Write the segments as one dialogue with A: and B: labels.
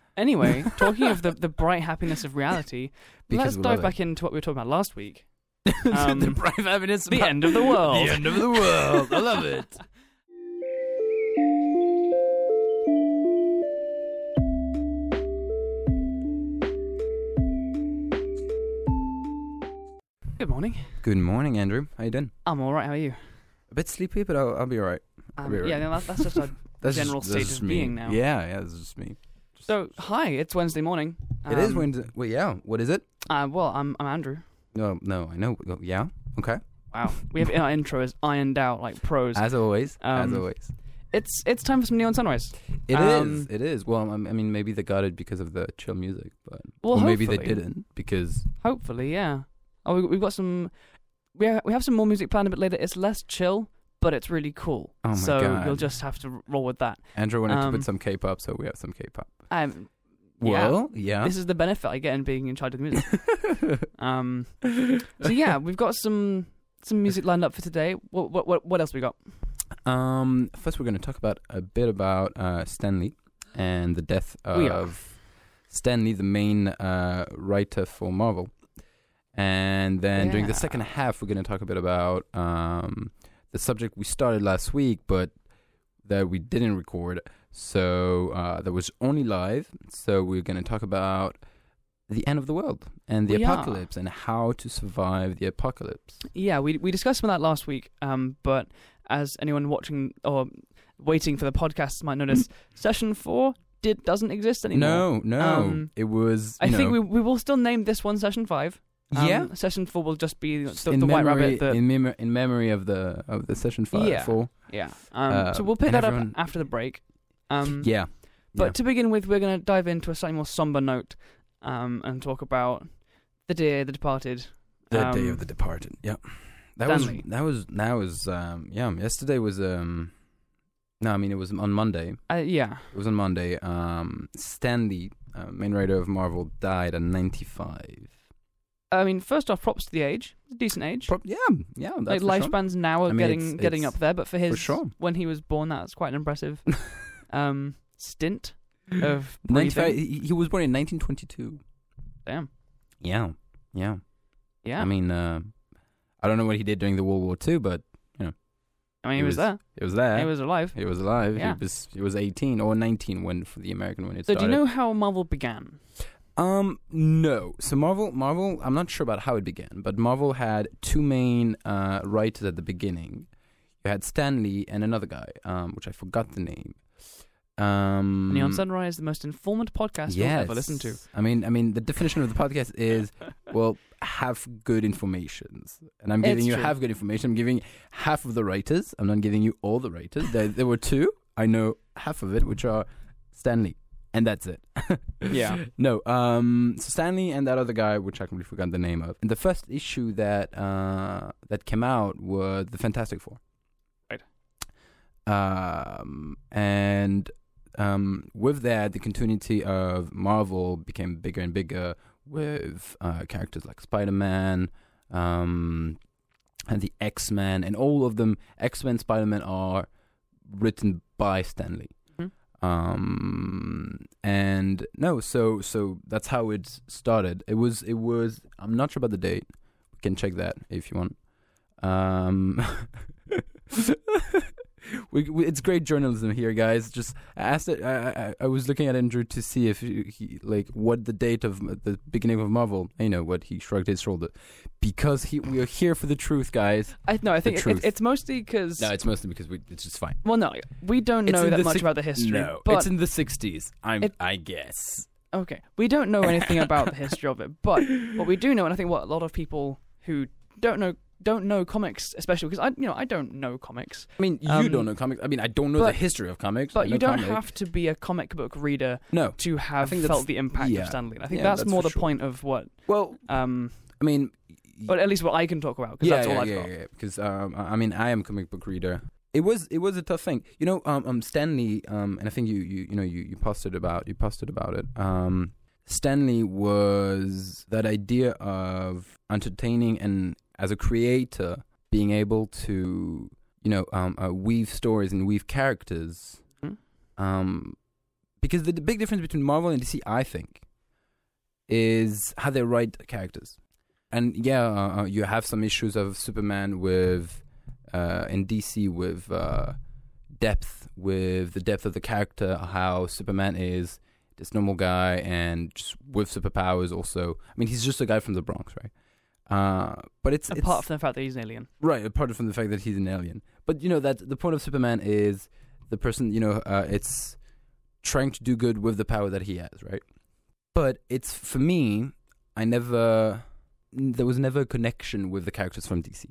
A: Anyway, talking of the, the bright happiness of reality, let's
B: Because we
A: dive
B: love it.
A: back into what we were talking about last week.
B: the
A: Um,
B: brave happiness of
A: the end of the world.
B: The end of the world. I love it.
A: Good morning.
B: Good morning, Andrew. How you doing?
A: Um, I'm all right. How are you?
B: A bit sleepy, but I'll, I'll be all right.
A: Um,
B: We're-
A: yeah, no, that, that's just our
B: That's
A: General
B: just,
A: state of
B: that's just me.
A: being now.
B: Yeah, yeah, that's just me.
A: so. Hi, it's Wednesday morning.
B: it is
A: Um,
B: Wednesday. Well, yeah. What is it?
A: Uh, well, I'm I'm Andrew.
B: No, no, I know. Oh, Yeah. Okay.
A: Wow, we have our intro is ironed out like pros.
B: As always.
A: Um,
B: as always.
A: It's it's time for some neon sunrise.
B: It is.
A: um,
B: It is. Well, I I mean, maybe they got it because of the chill music, but
A: Well,
B: or maybe they
A: hopefully.
B: didn't because
A: Hopefully, yeah. Oh, we, we've got some. We have, we have some more music planned a bit later. It's less chill, but it's really cool.
B: Oh my
A: so
B: God.
A: you'll just have to roll with that.
B: Andrew wanted to
A: Um,
B: put some K-pop, so we have some K-pop.
A: Um, yeah.
B: Well, yeah.
A: this is the benefit I get in being in charge of the music. um, so yeah, we've got some some music lined up for today. What what what, what else we got?
B: Um, first, we're going to talk about a bit about uh, Stanley and the death
A: We are.
B: of Stanley, the main uh, writer for Marvel. And then during the
A: Yeah.
B: second half, we're going to talk a bit about um, the subject we started last week, but that we didn't record. So uh, that was only live. So we're going to talk about the end of the world and the
A: We are.
B: apocalypse and how to survive the apocalypse.
A: Yeah, we we discussed some of that last week. Um, but as anyone watching or waiting for the podcast might notice, session four did doesn't exist anymore.
B: No, no,
A: Um,
B: it was.
A: I
B: you
A: think
B: know-
A: we we will still name this one session five. Um,
B: yeah.
A: Session four will just be
B: Just
A: the, the White Rabbit. The,
B: in, mem- in memory of the of the session five
A: Yeah.
B: four.
A: yeah. Um,
B: uh,
A: so we'll pick
B: and
A: that
B: everyone-
A: up after the break. Um,
B: Yeah,
A: But
B: yeah.
A: to begin with, we're going to dive into a slightly more somber note um, and talk about the dear, the departed.
B: the
A: um,
B: day of the departed. Yeah, that
A: Stanley.
B: was that was that was um yeah. Yesterday was um no, I mean it was on Monday.
A: Uh, yeah.
B: It was on Monday. Um, Stanley, uh, main writer of Marvel, died at ninety five.
A: I mean, first off, props to the age. It's a decent age.
B: yeah, yeah, that's
A: like
B: for sure.
A: lifespans now are
B: I mean,
A: getting
B: it's-
A: getting
B: it's-
A: up there, but for his
B: sure.
A: when he was born, that's quite an impressive um, stint of
B: 95
A: breathing.
B: he, he was born in nineteen twenty two.
A: Damn.
B: Yeah, yeah,
A: Yeah,
B: I mean, uh, I don't know what he did during the World War Two, but
A: he,
B: he
A: was,
B: was
A: there.
B: it was there.
A: He was alive.
B: He was alive.
A: Yeah.
B: He was he was 18 or 19 when for the American when it
A: So do you
B: started.
A: know how Marvel began?
B: Um, no. So Marvel, Marvel. I'm not sure about how it began, but Marvel had two main uh, writers at the beginning. You had Stan Lee and another guy, um, which I forgot the name. Um,
A: Neon Sunrise, the most informative podcast you'll ever
B: yes.
A: listen to.
B: I mean, I mean, the definition of the podcast is well, have good informations, and I'm giving
A: It's
B: you
A: true.
B: have good information. I'm giving half of the writers. I'm not giving you all the writers. There, there were two. I know half of it, which are Stanley, and that's it.
A: Yeah.
B: No. Um. So Stanley and that other guy, which I completely forgot the name of. And the first issue that uh that came out was the Fantastic Four.
A: Right.
B: Um. And um. With that, the continuity of Marvel became bigger and bigger with uh, characters like Spider Man, um, and the X Men, and all of them. X Men, Spider Man are written by Stanley.
A: Mhm.
B: Um, and no, so so that's how it started. It was it was. I'm not sure about the date. We can check that if you want. Um. We, we, it's great journalism here, guys. Just I asked it. I, I, I was looking at Andrew to see if he, he like what the date of the beginning of Marvel. You know what he shrugged his shoulder because he we are here for the truth, guys.
A: I no, I think it, it,
B: truth.
A: it's mostly because
B: it's mostly because we it's just fine.
A: well, no, we don't
B: It's
A: know
B: in
A: that
B: the
A: much
B: six-
A: about the history.
B: No,
A: but
B: it's in the sixties. I'm
A: It-
B: I guess.
A: Okay. We don't know anything about the history of it, but what we do know, and I think what a lot of people who don't know don't know comics, especially because I you know I don't know comics,
B: I mean, you
A: Um,
B: don't know comics. I mean, I don't know the
A: but-
B: history of comics. I
A: but
B: know
A: you don't
B: comic.
A: have to be a comic book reader
B: No.
A: to have
B: think
A: felt
B: that's-
A: the impact
B: yeah.
A: of Stanley. I think
B: Yeah,
A: that's,
B: that's
A: more
B: for
A: the
B: sure.
A: point of what,
B: Well,
A: um,
B: I mean,
A: but at least what I can talk about because
B: yeah,
A: that's all
B: yeah,
A: I've
B: yeah,
A: got.
B: yeah, Because um, I I mean, I am a comic book reader. It was it was a tough thing, you know. Um, um Stanley, um, and I think you you you know you you posted about you posted about it. Um, Stanley was that idea of entertaining and as a creator being able
A: Hmm.
B: to you know um uh, weave stories and weave characters.
A: Mhm.
B: Um, because the, the big difference between Marvel and DC, I think, is how they write characters. And yeah, uh, uh, you have some issues of Superman with uh, in DC with uh, depth, with the depth of the character, how Superman is this normal guy and just with superpowers. Also, I mean, he's just a guy from the Bronx, right? Uh, but it's it's-
A: Apart from the fact that he's an alien.
B: Right, apart from the fact that he's an alien. But you know that the point of Superman is the person, you know, uh, it's trying to do good with the power that he has, right? But it's for me, I never there was never a connection with the characters from DC.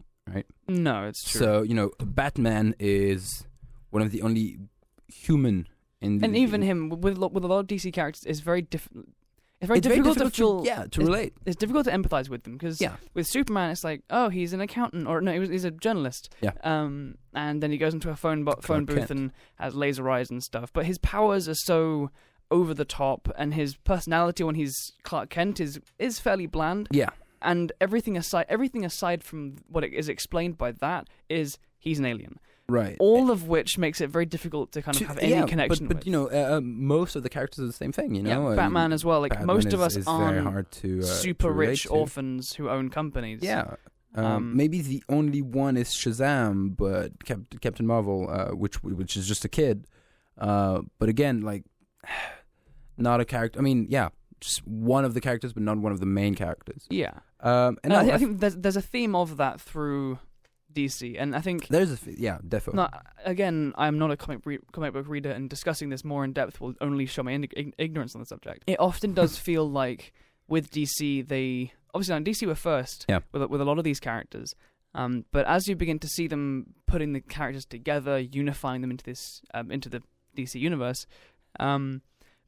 A: No, it's true.
B: So, you know, Batman is one of the only human in the
A: and even him with lo- with a lot of DC characters is very different. It's very
B: it's
A: difficult,
B: very
A: to feel.
B: difficult to, yeah, to relate.
A: It's difficult to empathize with them because
B: Yeah.
A: with Superman, it's like, oh, he's an accountant, or no, he was, he's a journalist.
B: Yeah.
A: Um, and then he goes into a phone bo- phone
B: Clark
A: booth
B: Kent.
A: and has laser eyes and stuff. But his powers are so over the top, and his personality when he's Clark Kent is is fairly bland.
B: Yeah.
A: And everything aside, everything aside from what it is explained by that is he's an alien.
B: Right.
A: All of which makes it very difficult to kind of
B: To-
A: have any
B: yeah,
A: connection.
B: But, but
A: with.
B: you know, uh, uh, most of the characters are the same thing, you know?
A: yeah,
B: Uh,
A: Batman as well. Like
B: Batman
A: most of
B: is-
A: us
B: is very
A: aren't
B: hard to, uh, to
A: super rich
B: relate to.
A: orphans who own companies.
B: Yeah. Um,
A: Um,
B: maybe the only one is Shazam, but Cap- Captain Marvel, uh, which which is just a kid. Uh, but again, like, not a character. I mean, yeah, just one of the characters, but not one of the main characters.
A: yeah.
B: Um,
A: And
B: and
A: I,
B: no,
A: thi- I
B: I
A: think there's there's a theme of that through DC, and I think
B: th- there's a f- yeah, definitely.
A: no, again, I'm not a comic re- comic book reader, and discussing this more in depth will only show my ig- ig- ignorance on the subject. It often does feel like with DC, they obviously on DC were first
B: Yeah.
A: with with a lot of these characters. Um, but as you begin to see them putting the characters together, unifying them into this um, into the DC universe, um,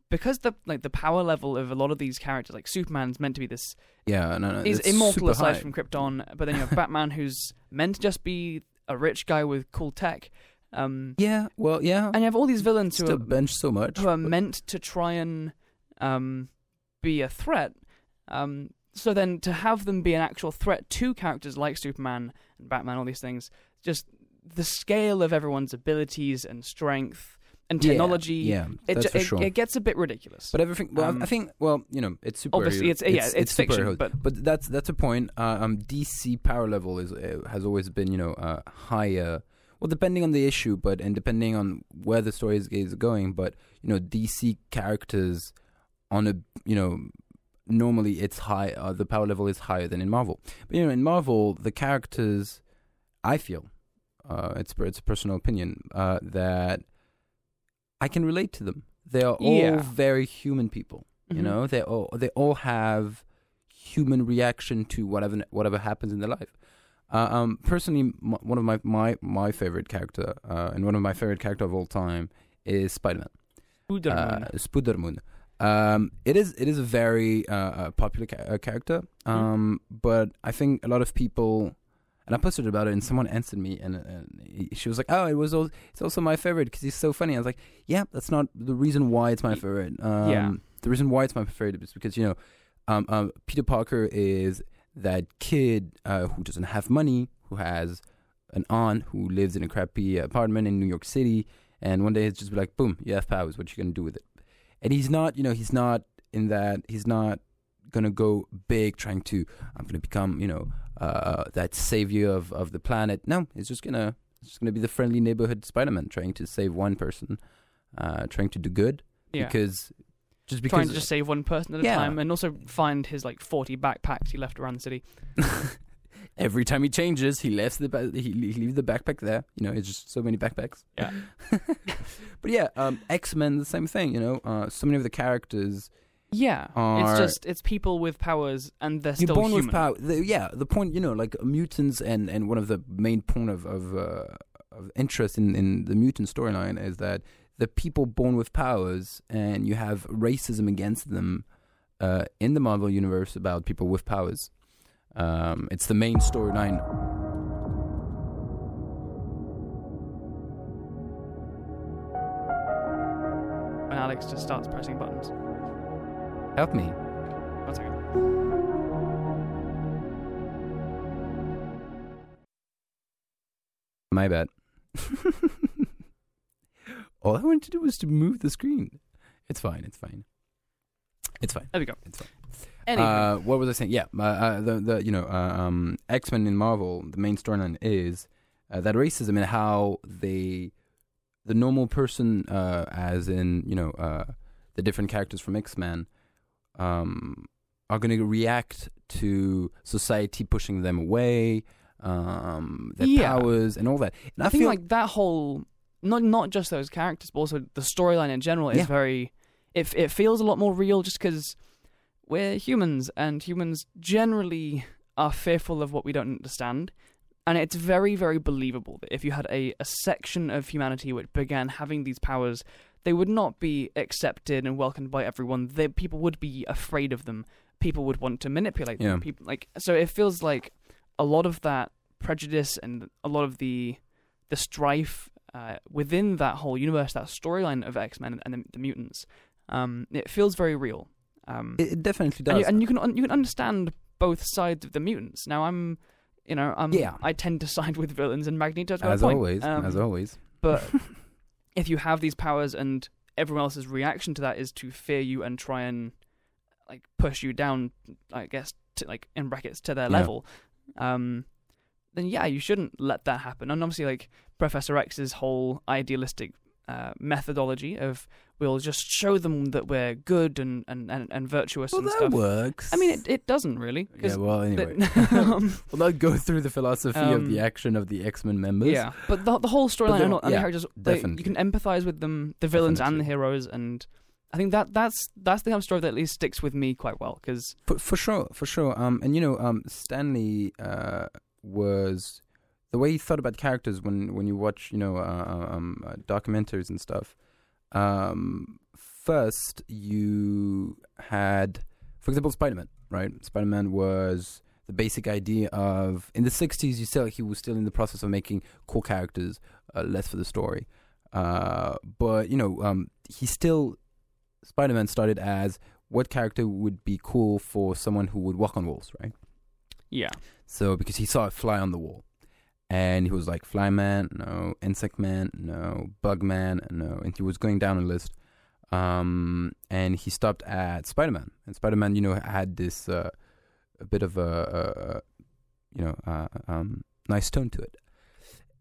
A: because the like the power level of a lot of these characters, like Superman's meant to be this
B: yeah, no, no,
A: he's
B: it's
A: immortal
B: super
A: aside
B: high.
A: from Krypton, but then you have Batman, who's meant to just be a rich guy with cool tech. Um,
B: Yeah, well, yeah,
A: And you have all these villains who
B: still
A: are,
B: bench so much.
A: who are
B: but-
A: meant to try and um, be a threat. Um, so then to have them be an actual threat to characters like Superman and Batman, all these things, just the scale of everyone's abilities and strength and
B: Yeah,
A: technology,
B: yeah,
A: it,
B: that's
A: ju-
B: for
A: it,
B: sure.
A: it gets a bit ridiculous.
B: But everything. Well, I-
A: Um,
B: I think. Well, you know, it's super.
A: Obviously, it's, yeah, it's, fiction,
B: superheroes.
A: but
B: But that's that's a point. Uh, um, DC power level is uh, has always been you know uh, higher. Well, depending on the issue, but and depending on where the story is, is going, but you know DC characters on a you know normally it's high. Uh, the power level is higher than in Marvel. But you know in Marvel the characters, I feel, uh, it's it's a personal opinion uh, that I can relate to them. They are all
A: Yeah.
B: very human people you
A: Mhm.
B: know they all they all have human reaction to whatever whatever happens in their life uh, um personally m- one of my my my favorite character uh, and one of my favorite character of all time is spider-man
A: Who don't know?
B: uh, Spider-Man. um it is it is a very uh, uh, popular ca- uh, character um but i think a lot of people and I posted about it, and someone answered me, and, and he- she was like, "Oh, it was all, it's also my favorite because he's so funny." I was like, "Yeah, that's not the reason why it's my
A: Y-
B: favorite. Um, the reason why it's my favorite is because you know, um, um, Peter Parker is that kid uh, who doesn't have money, who has an aunt who lives in a crappy apartment in New York City, and one day it's just like, boom, you have powers. What you gonna do with it? And he's not, you know, he's not in that. He's not gonna go big trying to. I'm gonna become, you know, uh, that savior of of the planet. No, he's just gonna it's just gonna be the friendly neighborhood Spider-Man trying to save one person, uh, trying to do good
A: yeah.
B: because just because
A: trying to just save one person at a
B: Yeah.
A: time and also find his like 40 backpacks he left around the city.
B: Every time he changes, he left the ba- he he leave the backpack there. You know, it's just so many backpacks.
A: Yeah.
B: but yeah, um, X Men the same thing. You know, uh, so many of the characters
A: Yeah.
B: are
A: It's just it's people with powers and they're
B: you're
A: still
B: born
A: human.
B: with power. The, yeah, the point you know, like mutants, and and one of the main point of of, uh, of interest in in the mutant storyline is that the people born with powers, and you have racism against them uh, in the Marvel universe about people with powers. Um, it's the main storyline
A: And Alex just starts pressing buttons.
B: Help me.
A: One second.
B: My bad. All I wanted to do was to move the screen. It's fine. It's fine. It's fine.
A: There we go.
B: It's fine.
A: Anyway,
B: Uh, what was I saying? Yeah, uh, uh, the the you know uh, um, X Men in Marvel, the main storyline is uh, that racism and how they, the normal person, uh, as in you know uh, the different characters from X Men, um, are going to react to society pushing them away, um, their
A: Yeah.
B: powers and all that. And
A: I, think like that whole not not just those characters, but also the storyline in general is
B: Yeah.
A: very. It it feels a lot more real just because we're humans and humans generally are fearful of what we don't understand. And it's very, very believable that if you had a, a section of humanity which began having these powers, they would not be accepted and welcomed by everyone. They, people would be afraid of them. People would want to manipulate them.
B: Yeah.
A: People like so it feels like a lot of that prejudice and a lot of the the strife uh, within that whole universe, that storyline of X Men and the, the mutants, um, it feels very real. Um,
B: it, it definitely
A: and
B: does.
A: you, and you can un- you can understand both sides of the mutants. Now I'm, you know, I'm
B: Yeah.
A: I tend to side with villains and Magneto. To a
B: as
A: point.
B: always,
A: Um,
B: as always.
A: But if you have these powers and everyone else's reaction to that is to fear you and try and like push you down, I guess, to, like in brackets to their
B: Yeah.
A: level, um, then yeah, you shouldn't let that happen. And obviously, like Professor X's whole idealistic uh, methodology of we'll just show them that we're good and and and, and virtuous
B: well,
A: and
B: that
A: stuff.
B: works.
A: I mean, it, it doesn't really. 'cause
B: yeah. Well, anyway.
A: the- um,
B: We'll not go through the philosophy of
A: Um,
B: the action of the X Men members.
A: yeah, but the, the whole storyline
B: they're
A: and, all-
B: all-
A: and the
B: yeah,
A: characters, they, you
B: definitely.
A: can empathize with them, the villains and the heroes, and I think that that's that's the kind of story that at least sticks with me quite well because
B: for, for sure, for sure. Um, and you know, um, Stanley uh, was the way he thought about characters when when you watch, you know, uh, um, uh, documentaries and stuff. Um, first, you had, for example, Spider Man. Right, Spider Man was the basic idea of in the '60s. You still he was still in the process of making cool characters, uh, less for the story. Uh, but you know, um, he still Spider Man started as what character would be cool for someone who would walk on walls, right?
A: yeah,
B: So because he saw a fly on the wall, and he was like Fly Man, no, Insect Man, no, Bug Man, no, and he was going down a list. Um, and he stopped at Spider Man, and Spider Man, you know, had this uh, a bit of a, a a- you know uh, um, nice tone to it,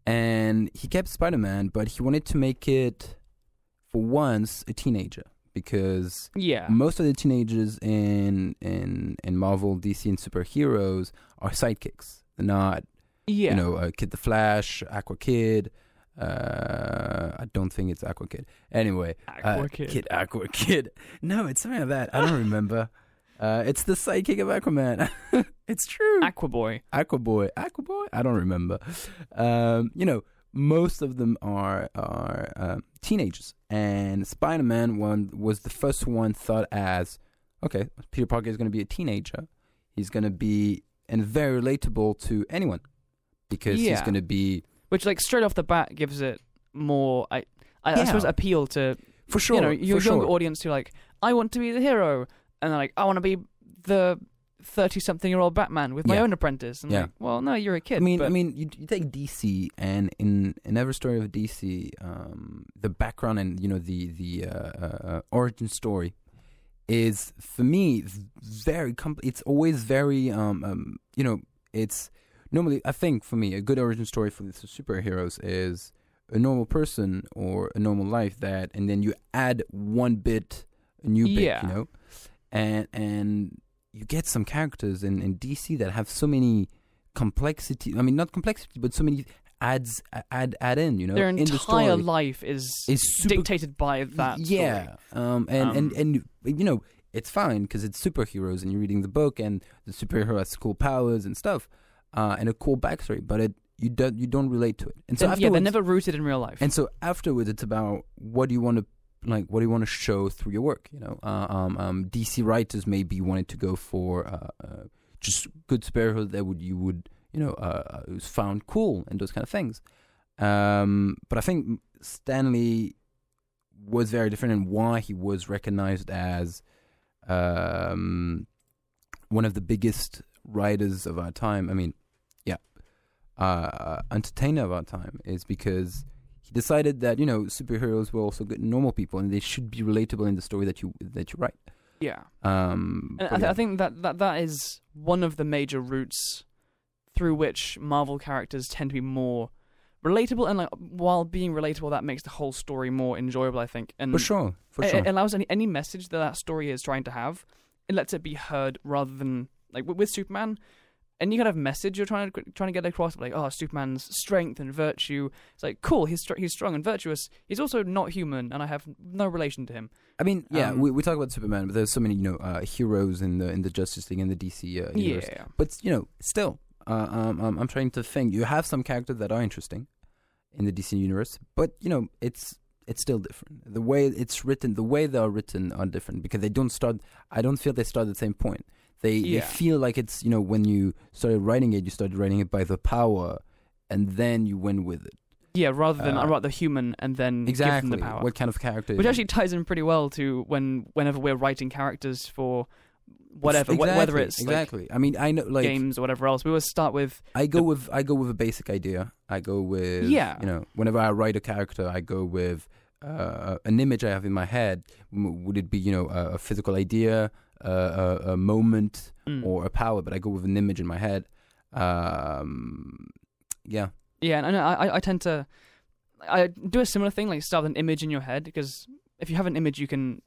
B: and he kept Spider Man, but he wanted to make it for once a teenager because
A: yeah,
B: most of the teenagers in in in Marvel, DC, and superheroes are sidekicks. They're not,
A: yeah,
B: you know, uh, Kid the Flash, Aqua Kid. Uh, I don't think it's Aqua Kid. Anyway,
A: Aqua
B: uh,
A: Kid.
B: Kid Aqua Kid. No, it's something like that. I don't remember. Uh, it's the sidekick of Aquaman. it's true.
A: Aqua Boy,
B: Aqua Boy, Aqua Boy. I don't remember. Um, you know, most of them are are um teenagers, and Spider Man one was the first one thought as, okay, Peter Parker is going to be a teenager. He's going to be and very relatable to anyone because he's
A: Yeah.
B: going to be
A: which like straight off the bat gives it more I I, I
B: Yeah.
A: suppose appeal to
B: for sure.
A: you know your
B: for
A: young
B: sure.
A: audience who are like I want to be the hero and they're like I want to be the thirty something year old Batman with my
B: Yeah.
A: own apprentice. And
B: Yeah.
A: like, well, no, you're a kid.
B: I mean,
A: but-
B: I mean, you, you take DC, and in in every story of DC, um, the background and you know the the uh, uh, uh, origin story is for me very compl- It's always very um, um you know it's normally I think for me a good origin story for the superheroes is a normal person or a normal life that, and then you add one bit, a new
A: Yeah.
B: bit, you know, and and you get some characters in in DC that have so many complexity. I mean, not complexity, but so many adds add add in. You know,
A: their
B: in the
A: entire
B: story
A: life is
B: is super,
A: dictated by that. story.
B: Yeah, um, and and and you know, it's fine because it's superheroes, and you're reading the book, and the superhero has cool powers and stuff, uh, and a cool backstory. But it you don't you don't relate to it, and so
A: They're-
B: afterwards,
A: yeah, they're never rooted in real life.
B: and so afterwards, it's about what do you want to like, what do you want to show through your work? You know, uh, um, um, DC writers maybe wanted to go for uh, uh, just good superheroes that would you would you know uh, uh, found cool and those kind of things. Um, but I think Stanley was very different and why he was recognized as um, one of the biggest writers of uh, our time. I mean, yeah, uh, entertainer of our time is because he decided that you know superheroes were also good, normal people, and they should be relatable in the story that you that you write.
A: Yeah.
B: Um,
A: And
B: but
A: I, th-
B: yeah.
A: I think that, that that is one of the major routes through which Marvel characters tend to be more relatable, and like while being relatable, that makes the whole story more enjoyable. I think, and
B: for sure, for
A: it,
B: sure,
A: it allows any any message that that story is trying to have, it lets it be heard rather than like with, with Superman. Any kind of message you're trying to trying to get across, like oh, Superman's strength and virtue. It's like cool, he's str- he's strong and virtuous. He's also not human, and I have no relation to him.
B: I mean, yeah,
A: um,
B: we, we talk about Superman, but there's so many you know uh, heroes in the in the Justice League and the DC uh, universe.
A: Yeah,
B: But you know, still, uh, um, um, I'm trying to think. You have some characters that are interesting in the DC universe, but you know, it's it's still different. The way it's written, the way they are written are different because they don't start. I don't feel they start at the same point. They
A: Yeah.
B: they feel like it's you know when you started writing it, you started writing it by the power, and then you went with it.
A: yeah. Rather than
B: Uh,
A: I write the human and then give
B: Exactly.
A: them the power.
B: What kind of character?
A: which
B: is it?
A: actually ties in pretty well to when whenever we're writing characters for whatever wh-
B: Exactly,
A: whether it's like,
B: exactly. I mean, I know like
A: games or whatever else we always start with
B: I go
A: the-
B: with I go with a basic idea. I go with
A: Yeah.
B: You know, whenever I write a character, I go with uh, an image I have in my head. M- Would it be you know a, a physical idea, a, a, a moment,
A: mm,
B: or a power? But I go with an image in my head. Um, yeah,
A: yeah and I, know- I I tend to I do a similar thing like start with an image in your head because if you have an image you can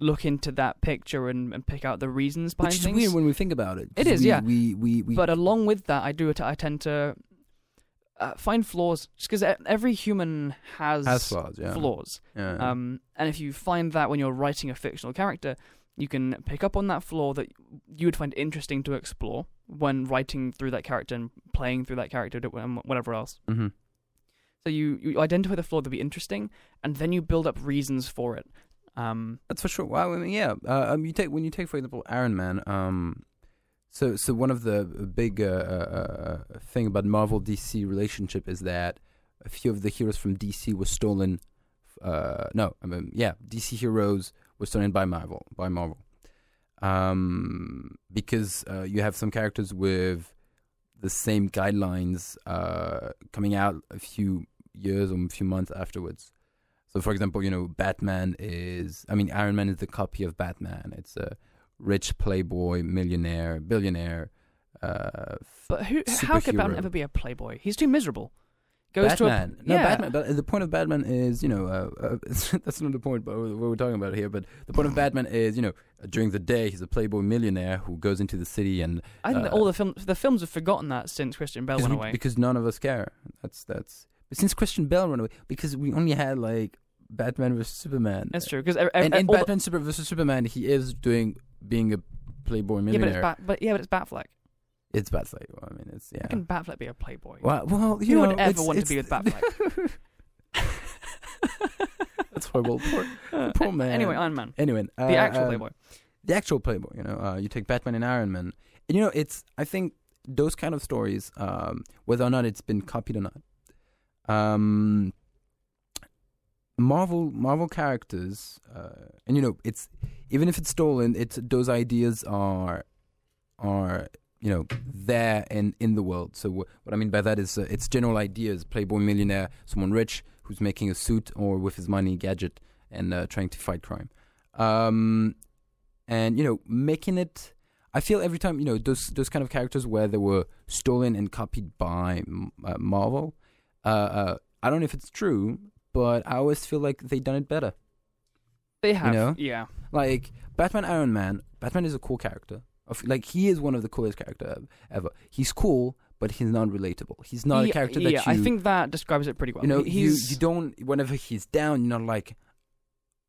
A: look into that picture and, and pick out the reasons behind
B: which is
A: things
B: weird when we think about it.
A: It
B: 'cause
A: is,
B: we,
A: yeah.
B: We we, we
A: but along with that I do it I tend to uh, find flaws just because every human has,
B: has flaws. Yeah.
A: flaws
B: yeah.
A: Um, and if you find that when you're writing a fictional character, you can pick up on that flaw that you would find interesting to explore when writing through that character and playing through that character and whatever else.
B: Mhm.
A: So you, you identify the flaw that'd be interesting, and then you build up reasons for it. Um,
B: That's for sure. Well, I mean, yeah. Uh, um, you take when you take for example Iron Man. Um, so so one of the big uh, uh, uh, thing about Marvel DC relationship is that a few of the heroes from DC were stolen. Uh, no, I mean, yeah, DC heroes were stolen by Marvel. By Marvel, um, because uh, you have some characters with the same guidelines uh, coming out a few years or a few months afterwards. So, for example, you know, Batman is, I mean, Iron Man is the copy of Batman. It's a rich playboy, millionaire, billionaire. Uh,
A: but who? How could Batman
B: Superhero.
A: ever be a playboy? He's too miserable. Goes
B: Batman.
A: to a,
B: no,
A: yeah.
B: Batman. But the point of Batman is, you know, uh, uh, that's not the point. But what we're talking about here. But the point of Batman is, you know, during the day he's a playboy millionaire who goes into the city and
A: I think that
B: uh,
A: all the films the films have forgotten that since Christian Bell
B: because,
A: went
B: we-
A: away.
B: because none of us care. That's that's. But since Christian Bell ran away, because we only had like Batman versus Superman.
A: That's true. Because er,
B: and in
A: all the-
B: Batman Super versus Superman, he is doing being a playboy
A: yeah, but
B: millionaire.
A: it's Bat, but yeah, but it's Batfleck.
B: it's bad. Like, well, I mean, it's yeah.
A: How can Batfleck be a playboy?
B: Well, well, you
A: Who
B: know,
A: would ever
B: it's-
A: want to
B: it's-
A: be with Batfleck?
B: That's horrible. Poor,
A: Uh,
B: poor man.
A: Anyway, Iron Man,
B: anyway, uh,
A: the actual
B: um,
A: playboy.
B: the actual playboy. You know, uh, you take Batman and Iron Man, and you know, it's I think those kind of stories, um, whether or not it's been copied or not, um, Marvel Marvel characters, uh, and you know, it's even if it's stolen, it's those ideas are are you know there and in the world. So wh- what I mean by that is uh, it's general ideas: playboy millionaire, someone rich who's making a suit or with his money gadget and uh, trying to fight crime. Um, and you know making it i feel every time you know those those kind of characters where they were stolen and copied by mm, uh, marvel uh, uh i don't know if it's true but i always feel like they done it better
A: They have,
B: know?
A: yeah,
B: like batman iron man batman is a cool character Of- like he is one of the coolest character ev- ever he's cool but he's not relatable he's not
A: yeah,
B: a character
A: Yeah,
B: that you
A: I think that describes it pretty well.
B: you know
A: He-
B: you,
A: he's
B: you don't whenever he's down you're not like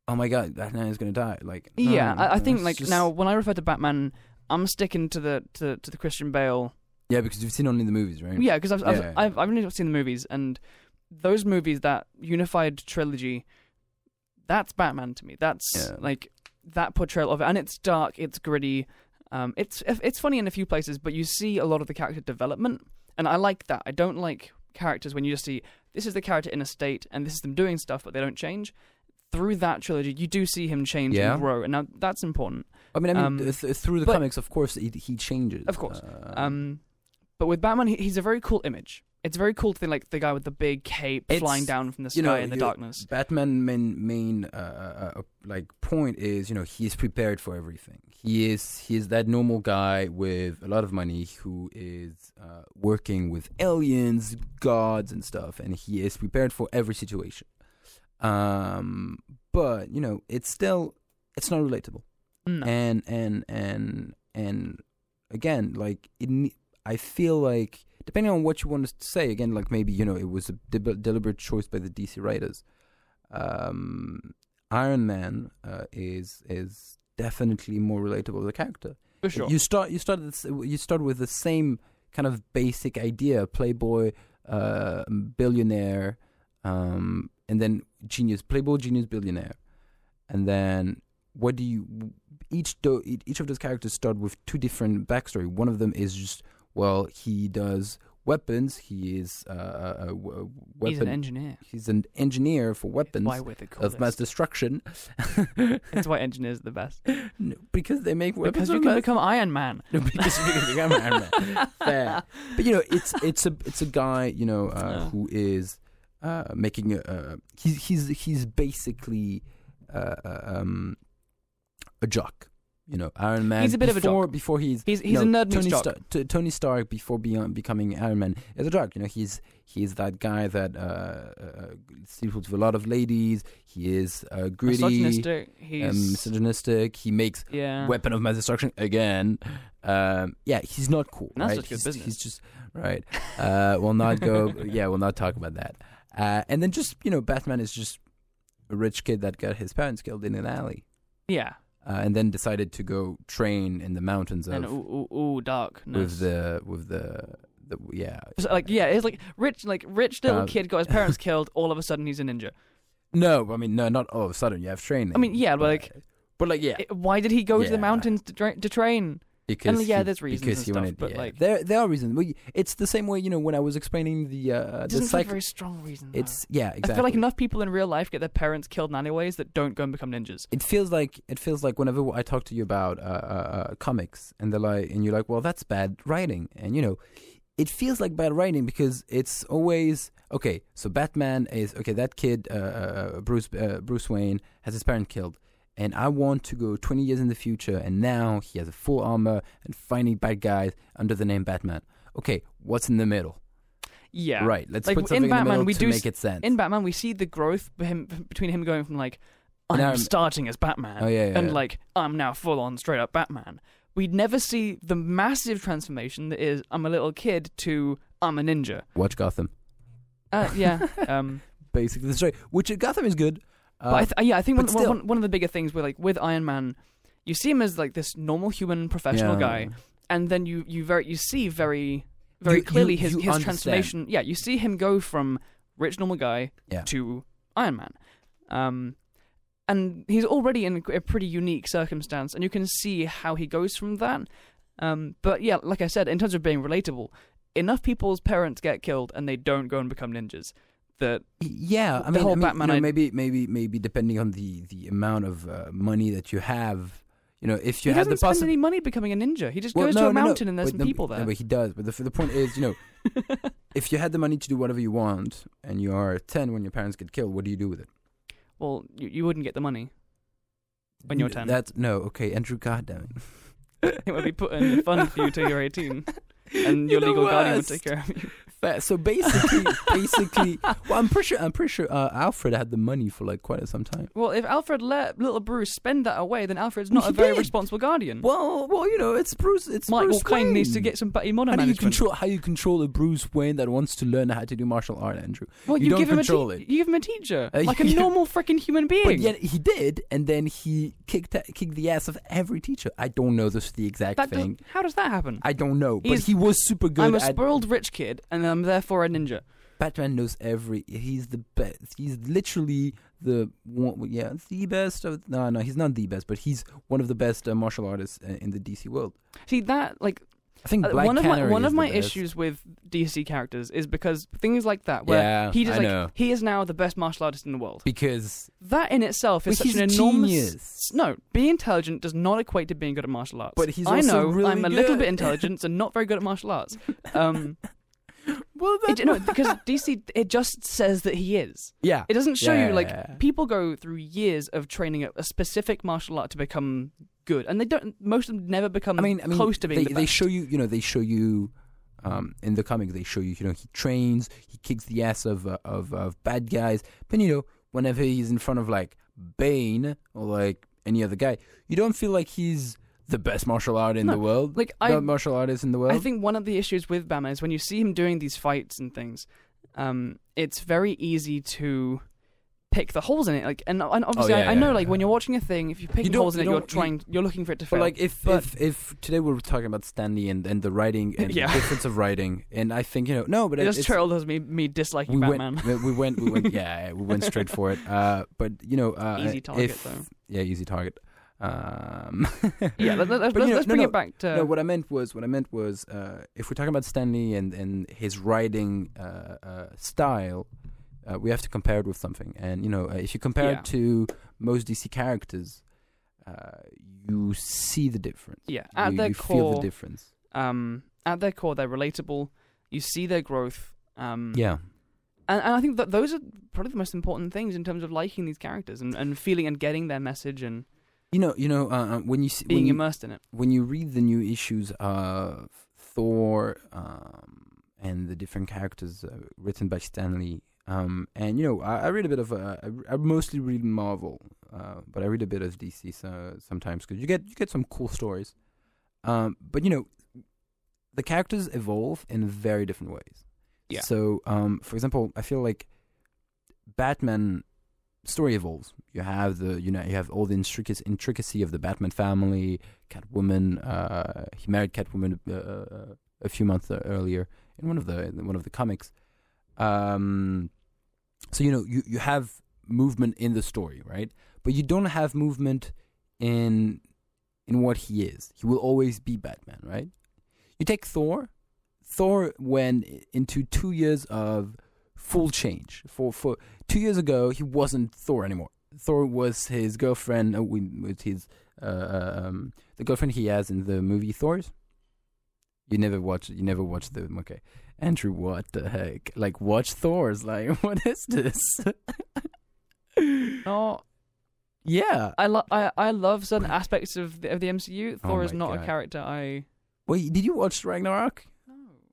B: oh my god batman is gonna die like no,
A: yeah. I, I
B: no,
A: think
B: it's
A: like
B: just-
A: now when I refer to Batman, I'm sticking to the to, to the Christian Bale.
B: yeah because you've seen only the movies right
A: Yeah, because I've, I've,
B: Yeah.
A: I've I've only seen the movies and those movies that unified trilogy. That's Batman to me. That's
B: Yeah.
A: like that portrayal of it, and it's dark, it's gritty, um, it's it's funny in a few places, but you see a lot of the character development, and I like that. I don't like characters when you just see this is the character in a state and this is them doing stuff, but they don't change. Through that trilogy, you do see him change
B: Yeah.
A: and grow, and now that's important.
B: I mean, I mean,
A: Um,
B: th- th- through the
A: but-
B: comics, of course, he, he changes.
A: Of course.
B: Uh,
A: Um, but with Batman, he, he's a very cool image. It's very cool to think like the guy with the big cape
B: It's-
A: flying down from the sky
B: you know,
A: in the
B: you-
A: darkness.
B: Batman main main uh, uh, uh, like point is you know he is prepared for everything. He is he is that normal guy with a lot of money who is uh, working with aliens, gods, and stuff, and he is prepared for every situation. Um, but you know it's still it's not relatable,
A: No.
B: and and and and again like it, ne- I feel like depending on what you want to say again like maybe you know it was a de- deliberate choice by the DC writers um, Iron Man uh, is is definitely more relatable as a character.
A: For sure.
B: You start you start this, you start with the same kind of basic idea: playboy, uh, billionaire, um, and then genius, playboy, genius, billionaire, and then what do you? Each do, each of those characters start with two different backstory. One of them is just well, he does weapons. He is uh, a, a weapon.
A: He's an engineer.
B: He's an engineer for weapons
A: Why we're the coolest.
B: of mass destruction.
A: That's why engineers are the best.
B: No, because they make
A: Because
B: weapons
A: you
B: of
A: can
B: mass-
A: become Iron Man.
B: No, because you can become Iron Man. Fair. But you know, it's it's a it's a guy you know uh,
A: Yeah.
B: who is uh, making a uh, he's he's he's basically uh, uh, um, a jock. You know, Iron Man.
A: He's a bit of a
B: before, Before he's
A: He's he's
B: no,
A: a nerd
B: Tony
A: Tony
B: Stark, T- Tony Stark before being, becoming Iron Man is a jock. You know, he's he's that guy that uh, uh, sleeps with a lot of ladies. He is uh, gritty,
A: misogynistic. He's
B: um, misogynistic. He makes
A: yeah.
B: weapon of mass destruction again. Um, yeah, he's not cool.
A: That's
B: right?
A: just good
B: he's,
A: business.
B: He's just right. Uh, we'll not go. yeah, we'll not talk about that. Uh, and then just you know, Batman is just a rich kid that got his parents killed in an alley,
A: yeah.
B: uh, and then decided to go train in the mountains of
A: And ooh, ooh, ooh darkness.
B: with the with the, the yeah
A: So, like yeah, it's like rich, like rich little
B: Uh,
A: kid got his parents killed. All of a sudden, he's a ninja.
B: no I mean no not all of a sudden you have training
A: I mean, yeah, but like-
B: but like yeah
A: It- why did he go to
B: Yeah.
A: the mountains to, tra- to train?
B: because
A: And, yeah,
B: he-
A: there's reasons
B: because
A: and
B: he
A: stuff,
B: wanted
A: but,
B: yeah.
A: like-
B: there there are reasons Well, it's the same way you know when I was explaining the uh,
A: It
B: the
A: doesn't
B: cycle
A: have a very strong reason. though.
B: it's yeah exactly
A: I feel like enough people in real life get their parents killed in alleyways that don't go and become ninjas.
B: it feels like it feels like whenever I talk to you about uh, uh, uh, comics and they're like, and you're like, well, that's bad writing, and you know, it feels like bad writing because it's always okay. So Batman is okay. That kid, uh, uh, Bruce uh, Bruce Wayne, has his parent killed, and I want to go 20 years in the future, and now he has a full armor and fighting bad guys under the name Batman. Okay, what's in the middle?
A: Yeah,
B: Right. Let's
A: Like,
B: put
A: in
B: something in, the
A: Batman,
B: middle
A: we
B: to
A: do s-
B: make it sense.
A: In Batman, we see the growth be- him- between him going from like
B: And
A: I'm
B: Iron-
A: starting as Batman
B: oh yeah, yeah,
A: and
B: yeah.
A: like I'm now full on straight up Batman. We'd never see the massive transformation that is I'm a little kid to I'm a ninja.
B: watch Gotham.
A: Uh, yeah. um,
B: Basically, the story. Which Gotham is good. uh,
A: But I th- uh, yeah, I think one,
B: but
A: one-
B: still.
A: one- one of the bigger things with like with Iron Man, you see him as like this normal human professional guy, and then you you very you see very very
B: You- you-
A: clearly his
B: you
A: his
B: understand.
A: transformation. Yeah, you see him go from rich normal guy
B: Yeah.
A: to Iron Man, um, and he's already in a pretty unique circumstance, and you can see how he goes from that. Um, but yeah, like I said, in terms of being relatable, enough people's parents get killed and they don't go and become ninjas. That
B: Yeah, I
A: The
B: mean,
A: whole
B: I mean,
A: Batman
B: you know,
A: id-
B: maybe, maybe, maybe depending on the the amount of uh, money that you have, you know, if you
A: he
B: have
A: doesn't
B: the
A: spend
B: possibility.
A: any money becoming a ninja. He just goes to a mountain and there's some people there.
B: but he does. But the, the point is, you know, if you had the money to do whatever you want, and you are ten when your parents get killed, what do you do with it?
A: well, you, you wouldn't get the money. When you're
B: N-
A: 10.
B: that's no okay, Andrew. Goddamn it,
A: It would be put in a fund for you till you're 18, and your
B: You're the
A: legal guardian would
B: worst.
A: take care of you.
B: Fair. So basically, basically, well, I'm pretty sure, I'm pretty sure uh, Alfred had the money for like quite some time.
A: Well, if Alfred let little Bruce spend that away, then Alfred's
B: Well,
A: not
B: he
A: a very
B: did.
A: responsible guardian.
B: Well, well, you know, it's Bruce. It's
A: Michael
B: Bruce
A: Caine needs to
B: Wayne.
A: get some better money
B: How do you
A: management.
B: control how you control a Bruce Wayne that wants to learn how to do martial art, Andrew?
A: well,
B: you
A: you,
B: don't
A: give him
B: control
A: a
B: it.
A: You give him a teacher,
B: Uh,
A: like a
B: yeah.
A: normal freaking human being.
B: But yet he did, and then he kicked kicked the ass of every teacher. I don't know this the exact
A: that does,
B: thing.
A: how does that happen?
B: I don't know, but
A: He's-
B: he was super good.
A: I'm a
B: at,
A: spoiled rich kid, and I'm therefore a ninja.
B: Batman knows every. He's the best. He's literally the one. Yeah, the best of. No, no, he's not the best, but he's one of the best uh, martial artists uh, in the DC world.
A: See that, like,
B: I think
A: Uh,
B: Black
A: one of my
B: Canary
A: one
B: is
A: of
B: the
A: my
B: best.
A: issues with DC characters is because things like that, where
B: Yeah,
A: he just
B: I
A: like
B: know.
A: he is now the best martial artist in the world.
B: because
A: That in itself is
B: But
A: such
B: he's
A: an
B: a
A: enormous.
B: genius.
A: No, being intelligent does not equate to being good at martial arts.
B: But he's
A: I
B: also
A: know
B: really
A: I'm a little
B: good.
A: bit intelligent and not very good at martial arts. Um,
B: Well,
A: It, no, because DC it just says that he is.
B: yeah,
A: It doesn't show you
B: Yeah.
A: like people go through years of training a, a specific martial art to become good, and they don't. Most of them never become.
B: I mean, I mean,
A: close to being
B: They,
A: the
B: they
A: best.
B: show you, you know, they show you um, in the comic. They show you, you know, he trains, he kicks the ass of uh, of, of bad guys. But you know, whenever he's in front of like Bane or like any other guy, you don't feel like he's the best martial art in
A: No,
B: the world,
A: like
B: the
A: I
B: martial artist in the world.
A: I think one of the issues with Batman is when you see him doing these fights and things, um, it's very easy to pick the holes in it. Like, and, and obviously,
B: Oh, yeah,
A: I, I
B: yeah,
A: know,
B: yeah,
A: like, when
B: yeah.
A: you're watching a thing, if you pick
B: don't-
A: holes in
B: you
A: it, you're
B: don't- you-
A: trying, you, are looking for it to
B: But
A: fail.
B: like if
A: But-
B: if if today we were talking about Stanley and, and the writing and
A: Yeah.
B: the difference of writing, and I think you know no, but
A: it
B: it-
A: just
B: it's,
A: trailed as me me disliking
B: we
A: Batman.
B: went we went we went yeah we went straight for it. Uh, but you know uh,
A: Easy target,
B: if-
A: though.
B: Yeah, easy target. Um,
A: yeah, let, let,
B: but,
A: let's, uh,
B: you know,
A: let's
B: no,
A: bring
B: no,
A: it back to
B: no, what I meant was what I meant was uh, if we're talking about Stanley and and his writing uh, uh, style, uh, we have to compare it with something. And you know, uh, if you compare
A: Yeah.
B: it to most DC characters, uh, you see the difference.
A: yeah at
B: you,
A: their
B: you feel the
A: core.
B: difference.
A: um, at their core, they're relatable. You see their growth. Um,
B: Yeah,
A: and, and I think that those are probably the most important things in terms of liking these characters and, and feeling and getting their message and
B: you know, you know uh, uh, when you see,
A: being
B: when you,
A: immersed in it.
B: when you read the new issues of Thor um, and the different characters uh, written by Stanley, um, and you know, I, I read a bit of, uh, I, I mostly read Marvel, uh, but I read a bit of DC so, sometimes because you get you get some cool stories, um, but you know, the characters evolve in very different ways.
A: Yeah.
B: So, um, for example, I feel like Batman story evolves. You have the you know you have all the intricacy intricacy of the Batman family, Catwoman. Uh, he married Catwoman uh, a few months earlier in one of the in one of the comics. Um, so you know you you have movement in the story, right? But you don't have movement in in what he is. He will always be Batman, right? You take Thor. Thor went into two years of full change. For for two years ago, he wasn't Thor anymore. Thor was his girlfriend uh, with with his uh, um, the girlfriend he has in the movie Thor's. You never watch. You never watch the okay, Andrew. What the heck? Like watch Thor's. Like what is this?
A: No,
B: yeah.
A: I, lo- I I love certain aspects of the, of the MCU.
B: Oh
A: Thor is
B: my
A: not a
B: God.
A: character I.
B: Wait, did you watch Ragnarok?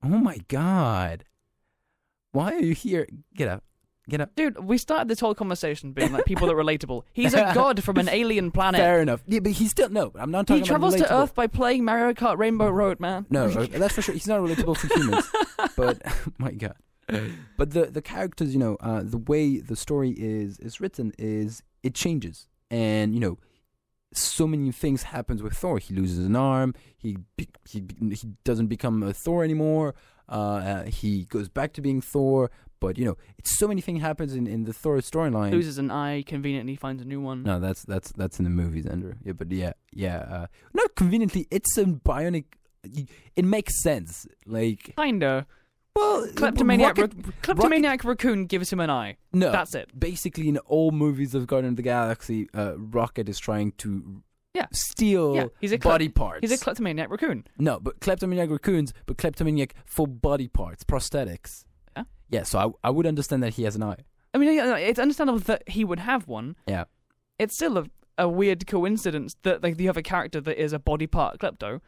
B: Oh my god! Why are you here? Get up! Get up!
A: Dude, we started this whole conversation being like people that are relatable. He's a god from an alien planet.
B: Fair enough. Yeah, but he's still no. I'm not talking.
A: he travels
B: about
A: to
B: relatable.
A: Earth by playing Mario Kart Rainbow Road, man.
B: No, uh, that's for sure. He's not relatable for humans. but my god but the the characters you know uh the way the story is is written is it changes and you know so many things happens with thor he loses an arm he be- he, be- he doesn't become a thor anymore uh, uh he goes back to being thor but you know it's so many things happens in in the thor storyline
A: loses an eye, conveniently finds a new one.
B: no, that's that's that's in the movies, Andrew. Yeah, but yeah, yeah. Uh, not conveniently, it's a bionic. It makes sense. Like,
A: Kinda.
B: well,
A: Kleptomaniac,
B: Rocket-
A: Rac- Kleptomaniac Raccoon gives him an eye.
B: no,
A: That's it.
B: basically in all movies of Guardian of the Galaxy, uh, Rocket is trying to
A: Yeah.
B: steal
A: Yeah, he's a klep-
B: Oh, body parts.
A: He's a kleptomaniac raccoon.
B: no, but kleptomaniac raccoons, but kleptomaniac for body parts, prosthetics.
A: Yeah.
B: Yeah, so I, I would understand that he has an eye.
A: I mean, yeah, it's understandable that he would have one.
B: Yeah.
A: It's still a, a weird coincidence that like you have a character that is a body part klepto.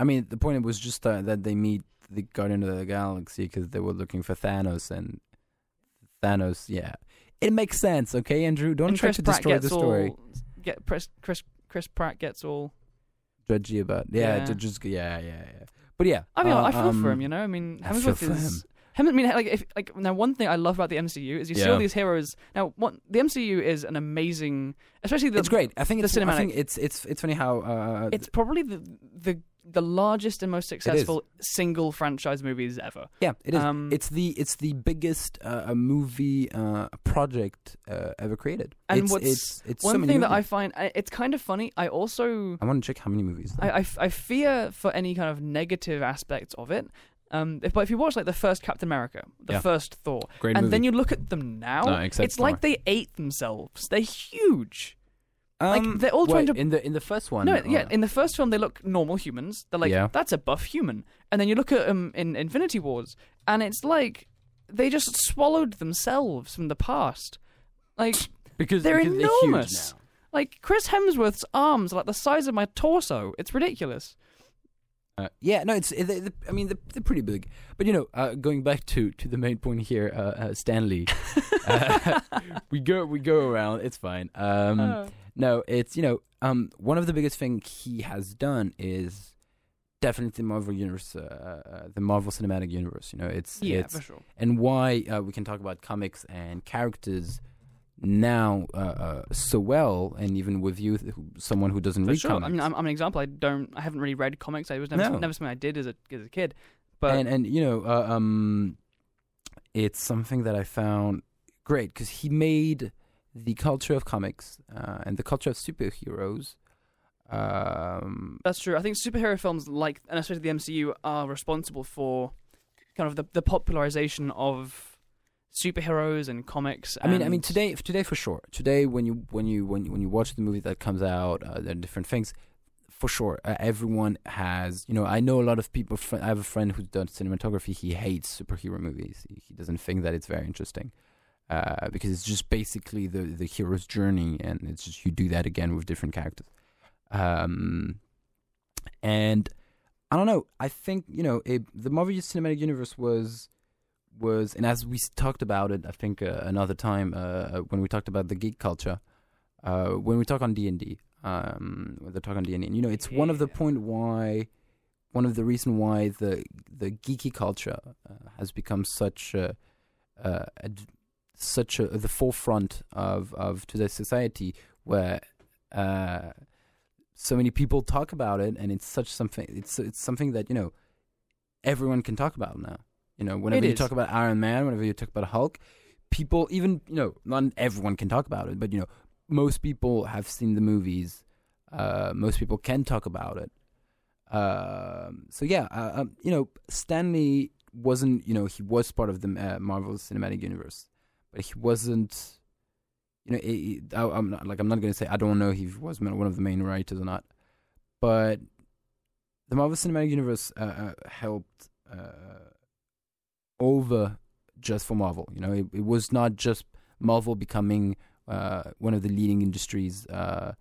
B: I mean, the point was just uh, that they meet the Guardian of the Galaxy because they were looking for Thanos, and Thanos, yeah. It makes sense, okay, Andrew? Don't
A: and
B: try
A: Chris
B: to
A: Pratt
B: destroy
A: gets
B: the story.
A: All, get Chris, Chris Chris Pratt gets all.
B: Judgy about. Yeah,
A: Yeah.
B: ju- just, yeah, yeah, yeah. But yeah.
A: I mean,
B: uh,
A: I feel for
B: um,
A: him. You know, I mean,
B: I feel for
A: is. Him, I mean, like, if, like now, one thing I love about the MCU is you see
B: Yeah.
A: all these heroes. Now, what the MCU is an amazing, especially the
B: it's great. I think
A: the
B: it's I
A: cinematic-
B: think it's it's it's funny how uh,
A: It's probably the the the largest and most successful single franchise movies ever.
B: yeah it is.
A: Um,
B: it's the it's the biggest uh, uh, movie uh, project uh, ever created.
A: And
B: it's,
A: what's-
B: it's, it's so
A: One
B: many
A: thing that I
B: movies.
A: find I- it's kind of funny. I also
B: I want to check how many movies.
A: I, I f- I fear for any kind of negative aspects of it. Um, if, but if you watch like the first Captain America, the
B: Yeah.
A: first Thor,
B: Great
A: and then you look at them now,
B: No, except
A: it's like they ate themselves. They're huge. like they're all trying
B: Um, wait,
A: to.
B: in the in the first one. uh,
A: no,
B: or-
A: yeah. In the first film, they look normal humans. They're like,
B: Yeah.
A: that's a buff human. And then you look at them in Infinity Wars, and it's like they just swallowed themselves from the past. Like,
B: because
A: they're
B: because
A: enormous.
B: They're huge now.
A: like Chris Hemsworth's arms are like the size of my torso. It's ridiculous.
B: Uh, yeah, no, it's. It, they- they- I mean, they're, they're pretty big, but you know, uh, going back to to the main point here, uh, uh, Stanley. Uh, we go, we go around. It's fine. Um,
A: Uh,
B: No, it's you know, um, one of the biggest thing he has done is definitely the Marvel universe, uh, uh, the Marvel Cinematic Universe. You know, it's
A: yeah,
B: it's,
A: for sure.
B: and why uh, we can talk about comics and characters now uh, uh, so well, and even with you, th- who- someone who doesn't
A: For
B: read
A: sure.
B: comics.
A: I mean, I'm, I'm an example. I don't. I haven't really read comics. I was never
B: No.
A: never something I did as a as a kid. But
B: and and you know, uh, um, it's something that I found great because he made the culture of comics uh, and the culture of superheroes. Um,
A: That's true. I think superhero films like and especially the MCU are responsible for kind of the, the popularization of superheroes and comics.
B: I mean, I
A: and-
B: mean today, today for sure. Today, when you when you when you, when you watch the movie that comes out, uh, there are different things. For sure, uh, everyone has. You know, I know a lot of people. Fr- I have a friend who's done cinematography. He hates superhero movies. He, he doesn't think that it's very interesting uh, because it's just basically the the hero's journey, and it's just you do that again with different characters. Um, and I don't know. I think you know it, the Marvel Cinematic Universe was was, and as we s- talked about it, I think uh, another time uh, uh, when we talked about the geek culture, uh, when we talk on D and D, um, when they talk on D and D, you know, it's one of the
A: Yeah.
B: point why, one of the reason why the the geeky culture uh, has become such a, uh, a d- such a, the forefront of of today's society where. Uh, so many people talk about it, and it's such something. It's it's something that you know everyone can talk about now. You know, whenever
A: It
B: you
A: is.
B: talk about Iron Man, whenever you talk about Hulk, people even you know not everyone can talk about it, but you know most people have seen the movies. Uh, most people can talk about it. Um, so yeah, uh, um, you know, Stanley wasn't you know he was part of the uh, Marvel Cinematic Universe, but he wasn't. You know, it, it- I, I'm not like I'm not going to say I don't know if he was one of the main writers or not, but the Marvel Cinematic Universe uh, uh, helped uh, over just for Marvel. You know, it, it was not just Marvel becoming uh, one of the leading industries, uh,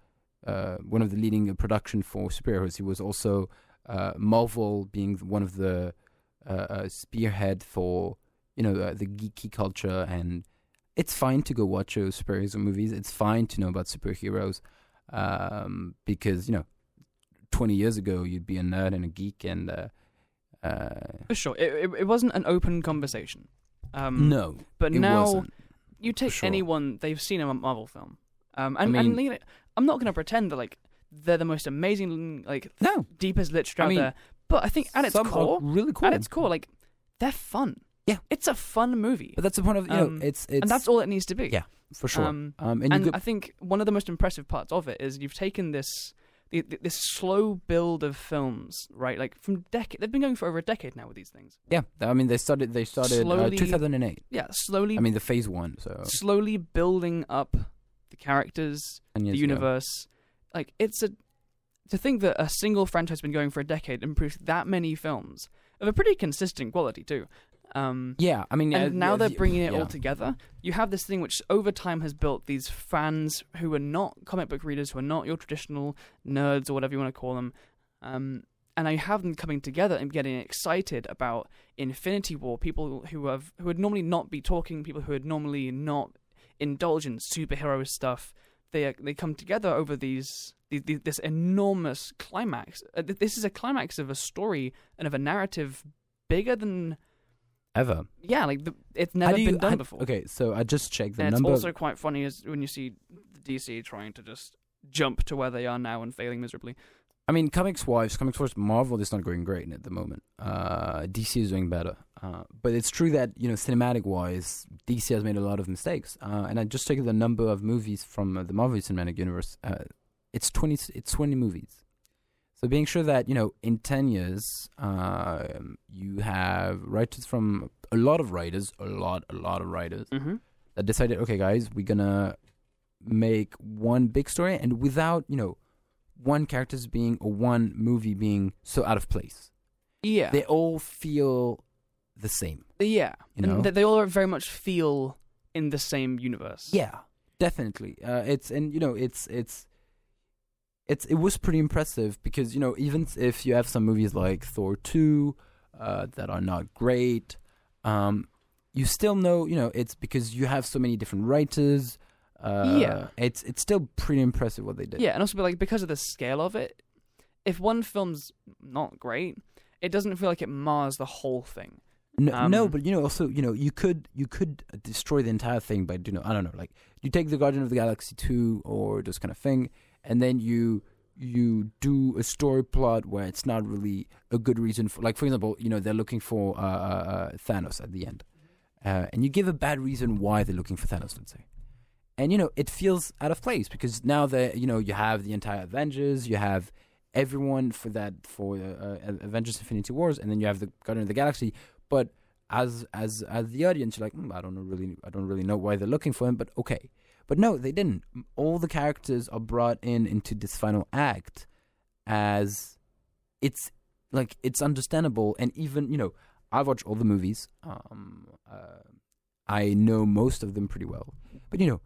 B: uh, one of the leading uh, production for superheroes. It was also uh, Marvel being one of the uh, uh, spearhead for you know uh, the geeky culture, and it's fine to go watch uh, superhero movies. It's fine to know about superheroes um, because you know. 20 years ago you'd be a nerd and a geek and uh, uh,
A: for sure, it, it, it wasn't an open conversation. Um,
B: no
A: but
B: it
A: now
B: wasn't.
A: you take
B: sure.
A: anyone they've seen a Marvel film, um, and,
B: I mean-
A: and you know, I'm not going to pretend that like they're the most amazing, like
B: no
A: deepest literature
B: I mean,
A: out there. But I think at its
B: Some are
A: core,
B: really cool
A: at its core, like they're fun.
B: Yeah.
A: it's a fun movie,
B: but that's the point of you know
A: Um,
B: it's it's
A: and that's all it needs to be.
B: Yeah, for sure um,
A: um,
B: and,
A: and
B: you go,
A: I think one of the most impressive parts of it is you've taken this th- th- this slow build of films, right? Like from decade, they've been going for over a decade now with these things.
B: yeah I mean they started they started uh,
A: Slowly-
B: 2008
A: Yeah, slowly,
B: I mean uh, the phase one so
A: slowly building up the characters,
B: 10
A: the
B: years ago.
A: universe. Like it's a to think that a single franchise has been going for a decade and produced that many films of a pretty consistent quality too. Um,
B: yeah I mean
A: and
B: uh,
A: now
B: yeah,
A: they're
B: the-
A: bringing it
B: yeah.
A: all together. You have this thing which, over time, has built these fans who are not comic book readers, who are not your traditional nerds or whatever you want to call them, um, and I have them coming together and getting excited about Infinity War. People who have who would normally not be talking, people who would normally not indulge in superhero stuff. They are, they come together over these, these, these this enormous climax. Uh, th- this is a climax of a story and of a narrative bigger than
B: ever
A: yeah, like the, it's
B: How
A: never
B: do you-
A: been done
B: how-
A: before.
B: okay so I just checked the
A: and it's
B: number
A: also quite funny is when you see the DC trying to just jump to where they are now and failing miserably.
B: I mean, comics wise, comics wise, Marvel is not going great at the moment. Uh, DC is doing better, uh, but it's true that you know, cinematic wise, DC has made a lot of mistakes. Uh, and I just checked the number of movies from uh, the Marvel Cinematic Universe. Uh, it's twenty. It's twenty movies. So being sure that you know, in ten years, um you have writers from a lot of writers, a lot, a lot of writers
A: Mm-hmm.
B: that decided, okay, guys, we're gonna make one big story and without you know one character's being or one movie being so out of place.
A: yeah,
B: They all feel the same.
A: yeah,
B: You
A: and
B: know?
A: th- they all very much feel in the same universe.
B: Yeah, definitely. Uh, it's and you know it's it's it's it was pretty impressive because you know even s- if you have some movies like Thor two uh, that are not great, um, you still know you know it's because you have so many different writers. Uh,
A: Yeah.
B: it's it's still pretty impressive what they did.
A: yeah, and also but, like because of the scale of it, if one film's not great, it doesn't feel like it mars the whole thing.
B: No, no,
A: Um,
B: but you know, also, you know, you could you could destroy the entire thing by you know, I don't know, like you take the Guardian of the Galaxy two or this kind of thing, and then you you do a story plot where it's not really a good reason for, like for example, you know, they're looking for uh, uh, uh, Thanos at the end, uh, and you give a bad reason why they're looking for Thanos, let's say, and you know, it feels out of place because now that you know you have the entire Avengers, you have everyone for that for uh, uh, Avengers Infinity Wars, and then you have the Guardian of the Galaxy. But as as as the audience, you're like, "Hmm, I don't know really, I don't really know why they're looking for him, but okay. But no, they didn't. All the characters are brought in into this final act, as it's like it's understandable, and even you know, I've watched all the movies. Um, uh, I know most of them pretty well, but you know,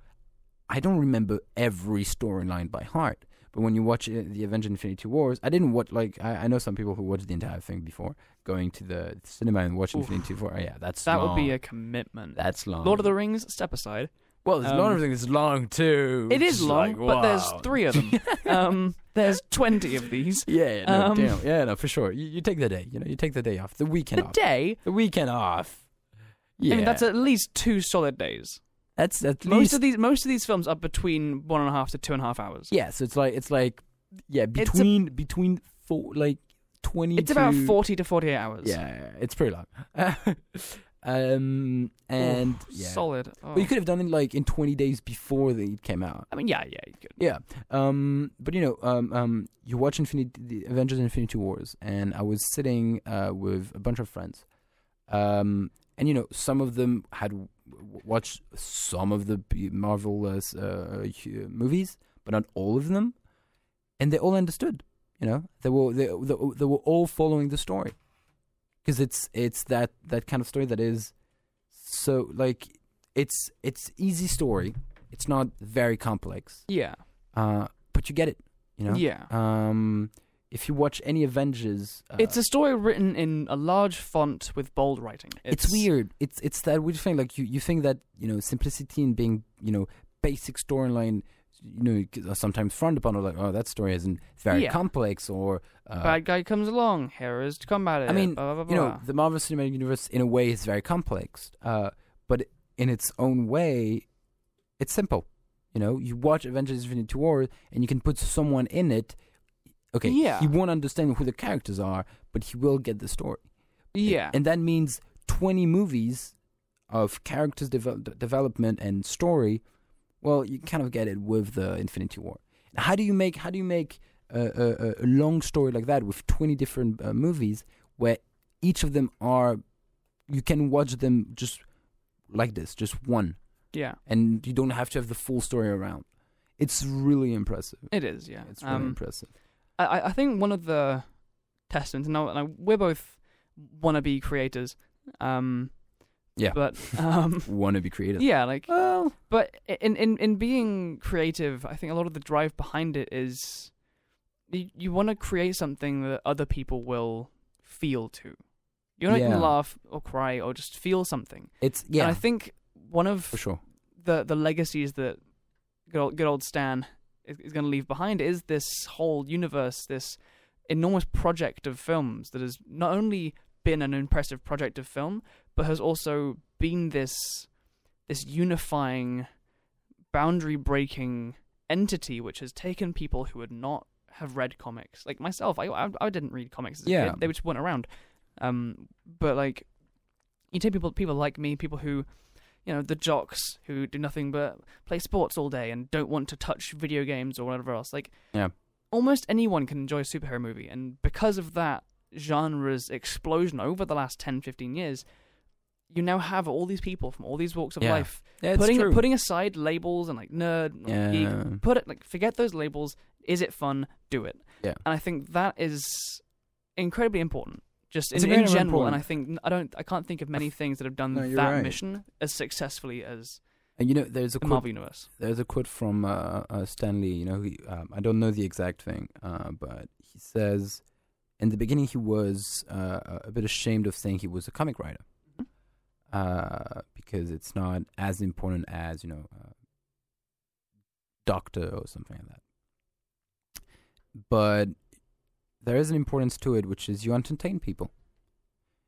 B: I don't remember every storyline by heart. But when you watch uh, the Avengers Infinity Wars, I didn't watch like I, I know some people who watched the entire thing before going to the cinema and watching
A: Oof.
B: Infinity War. Yeah, that's
A: That would be
B: long.
A: a commitment.
B: that's long.
A: Lord of the Rings, step aside.
B: well, there's a lot
A: um,
B: of things that's long too.
A: It is
B: It's
A: long,
B: like,
A: but there's
B: wow.
A: three of them. um, there's twenty of these.
B: Yeah, yeah, no,
A: Um,
B: damn. yeah, no, for sure. You, you take the day, you know, you take the day off, the weekend
A: The
B: off,
A: day,
B: the weekend off. Yeah,
A: I mean, that's at least two solid days.
B: that's at
A: Most
B: least
A: of these, most of these films are between one and a half to two and a half hours.
B: yeah. So it's like it's like yeah
A: It's a-
B: between between four like twenty.
A: It's about
B: to-
A: forty to forty-eight hours.
B: Yeah, yeah, it's pretty long. um, and
A: Oof,
B: yeah,
A: solid.
B: but you
A: Oh.
B: could have done it like in twenty days before they came out.
A: I mean, yeah, yeah, you could.
B: Yeah. Um, but you know, um, um, you watch Infinity, the Avengers: Infinity Wars, and I was sitting uh, with a bunch of friends, um, and you know, some of them had w- w- watched some of the b- Marvel uh, s- uh, hu- movies, but not all of them, and they all understood. You know, they were they they, they were all following the story, because it's it's that that kind of story that is so like it's it's easy story. It's not very complex
A: Yeah,
B: uh, but you get it, you know.
A: yeah.
B: Um, if you watch any Avengers, uh,
A: it's a story written in a large font with bold writing.
B: it's, weird. It's it's that weird thing. Like you, you think that you know simplicity and being you know basic storyline, you know, c- are sometimes frowned upon or like oh that story isn't very
A: Yeah.
B: complex or uh,
A: Bad guy comes along. Here is to combat it.
B: I mean,
A: blah, blah, blah,
B: you know
A: blah.
B: the Marvel Cinematic Universe in a way is very complex, uh, but in its own way, it's simple. You know, you watch Avengers: Infinity War, and you can put someone in it. Okay,
A: Yeah.
B: he won't understand who the characters are, but he will get the story.
A: yeah,
B: and that means twenty movies of characters devel- d- development and story. Well, you kind of get it with the Infinity War. How do you make how do you make a, a, a- a long story like that with twenty different uh, movies where each of them are you can watch them just like this, just one,
A: yeah.
B: and you don't have to have the full story around. It's really impressive.
A: It is. Yeah,
B: It's really
A: Um,
B: impressive.
A: I- I, I think one of the testaments, and, I, and I, we're both wannabe creators. Um,
B: Yeah.
A: But um,
B: Want to be creative?
A: yeah, like,
B: Well,
A: but in, in in being creative, I think a lot of the drive behind it is you, you want to create something that other people will feel to. You want to
B: Yeah.
A: laugh or cry or just feel something.
B: it's yeah
A: And I think one of
B: for sure.
A: the the legacies that good old, good old Stan is, is going to leave behind is this whole universe, this enormous project of films that has not only been an impressive project of film, but has also been this this unifying, boundary breaking entity which has taken people who would not have read comics, like myself. I I, I didn't read comics. as a
B: Yeah.
A: kid. they just weren't around. Um, but like you take people people like me, people who, you know, the jocks who do nothing but play sports all day and don't want to touch video games or whatever else. Like,
B: Yeah.
A: almost anyone can enjoy a superhero movie, and because of that genre's explosion over the last 10, 15 years, you now have all these people from all these walks of
B: Yeah.
A: life
B: Yeah, it's
A: putting
B: true.
A: putting aside labels and like nerd, or
B: yeah.
A: geek, put it like forget those labels. Is it fun? Do it.
B: Yeah.
A: And I think that is incredibly important. Just
B: It's
A: in, in
B: incredibly
A: general, and
B: important.
A: I think I don't, I can't think of many things that have done
B: No, you're
A: that
B: right.
A: mission as successfully as
B: And you know, there's
A: the
B: a quote
A: Marvel Universe.
B: There's a quote from uh, uh, Stanley. You know, he, um, I don't know the exact thing, uh, but he says, in the beginning, he was uh, a- a bit ashamed of saying he was a comic writer
A: Mhm.
B: uh, because it's not as important as you know, uh, doctor or something like that. But there is an importance to it, which is you entertain people.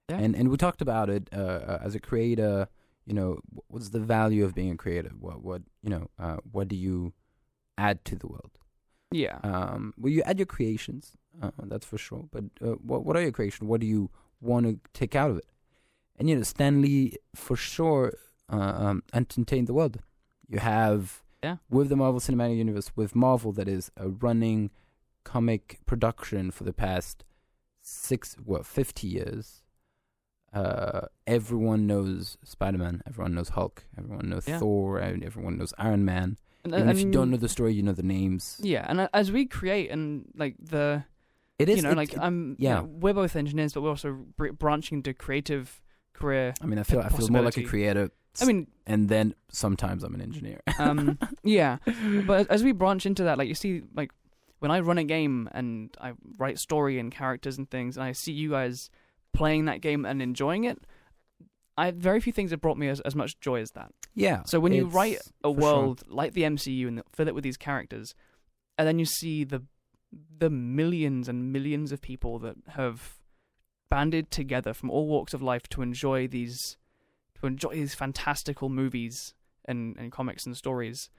A: Yeah.
B: And and we talked about it uh, uh, as a creator you know wh- what's the value of being a creative what what you know uh, what do you add to the world
A: Yeah.
B: um well you add your creations uh, that's for sure but uh, what what are your creations what do you want to take out of it and you know stanley for sure uh, um entertained the world you have
A: Yeah.
B: with the marvel cinematic universe with marvel that is a running comic production for the past six well 50 years uh everyone knows spider-man everyone knows hulk everyone knows
A: Yeah.
B: thor and everyone knows iron man
A: And,
B: and if you don't
A: and-
B: know the story you know the names
A: Yeah, and uh, as we create and like the
B: it is
A: you know
B: it-
A: like
B: it-
A: I'm
B: yeah.
A: yeah we're both engineers but we're also br- branching into creative career.
B: I mean, I feel I feel more like
A: possibility.
B: a creator,
A: I mean,
B: and then sometimes I'm an engineer.
A: um, yeah, but as we branch into that, like you see, like when I run a game and I write story and characters and things, and I see you guys playing that game and enjoying it. I very few things have brought me as, as much joy as that.
B: yeah.
A: So when you
B: it's-
A: write a
B: for sure.
A: world like the MCU and fill it with these characters, and then you see the the millions and millions of people that have banded together from all walks of life to enjoy these to enjoy these fantastical movies and, and comics and stories,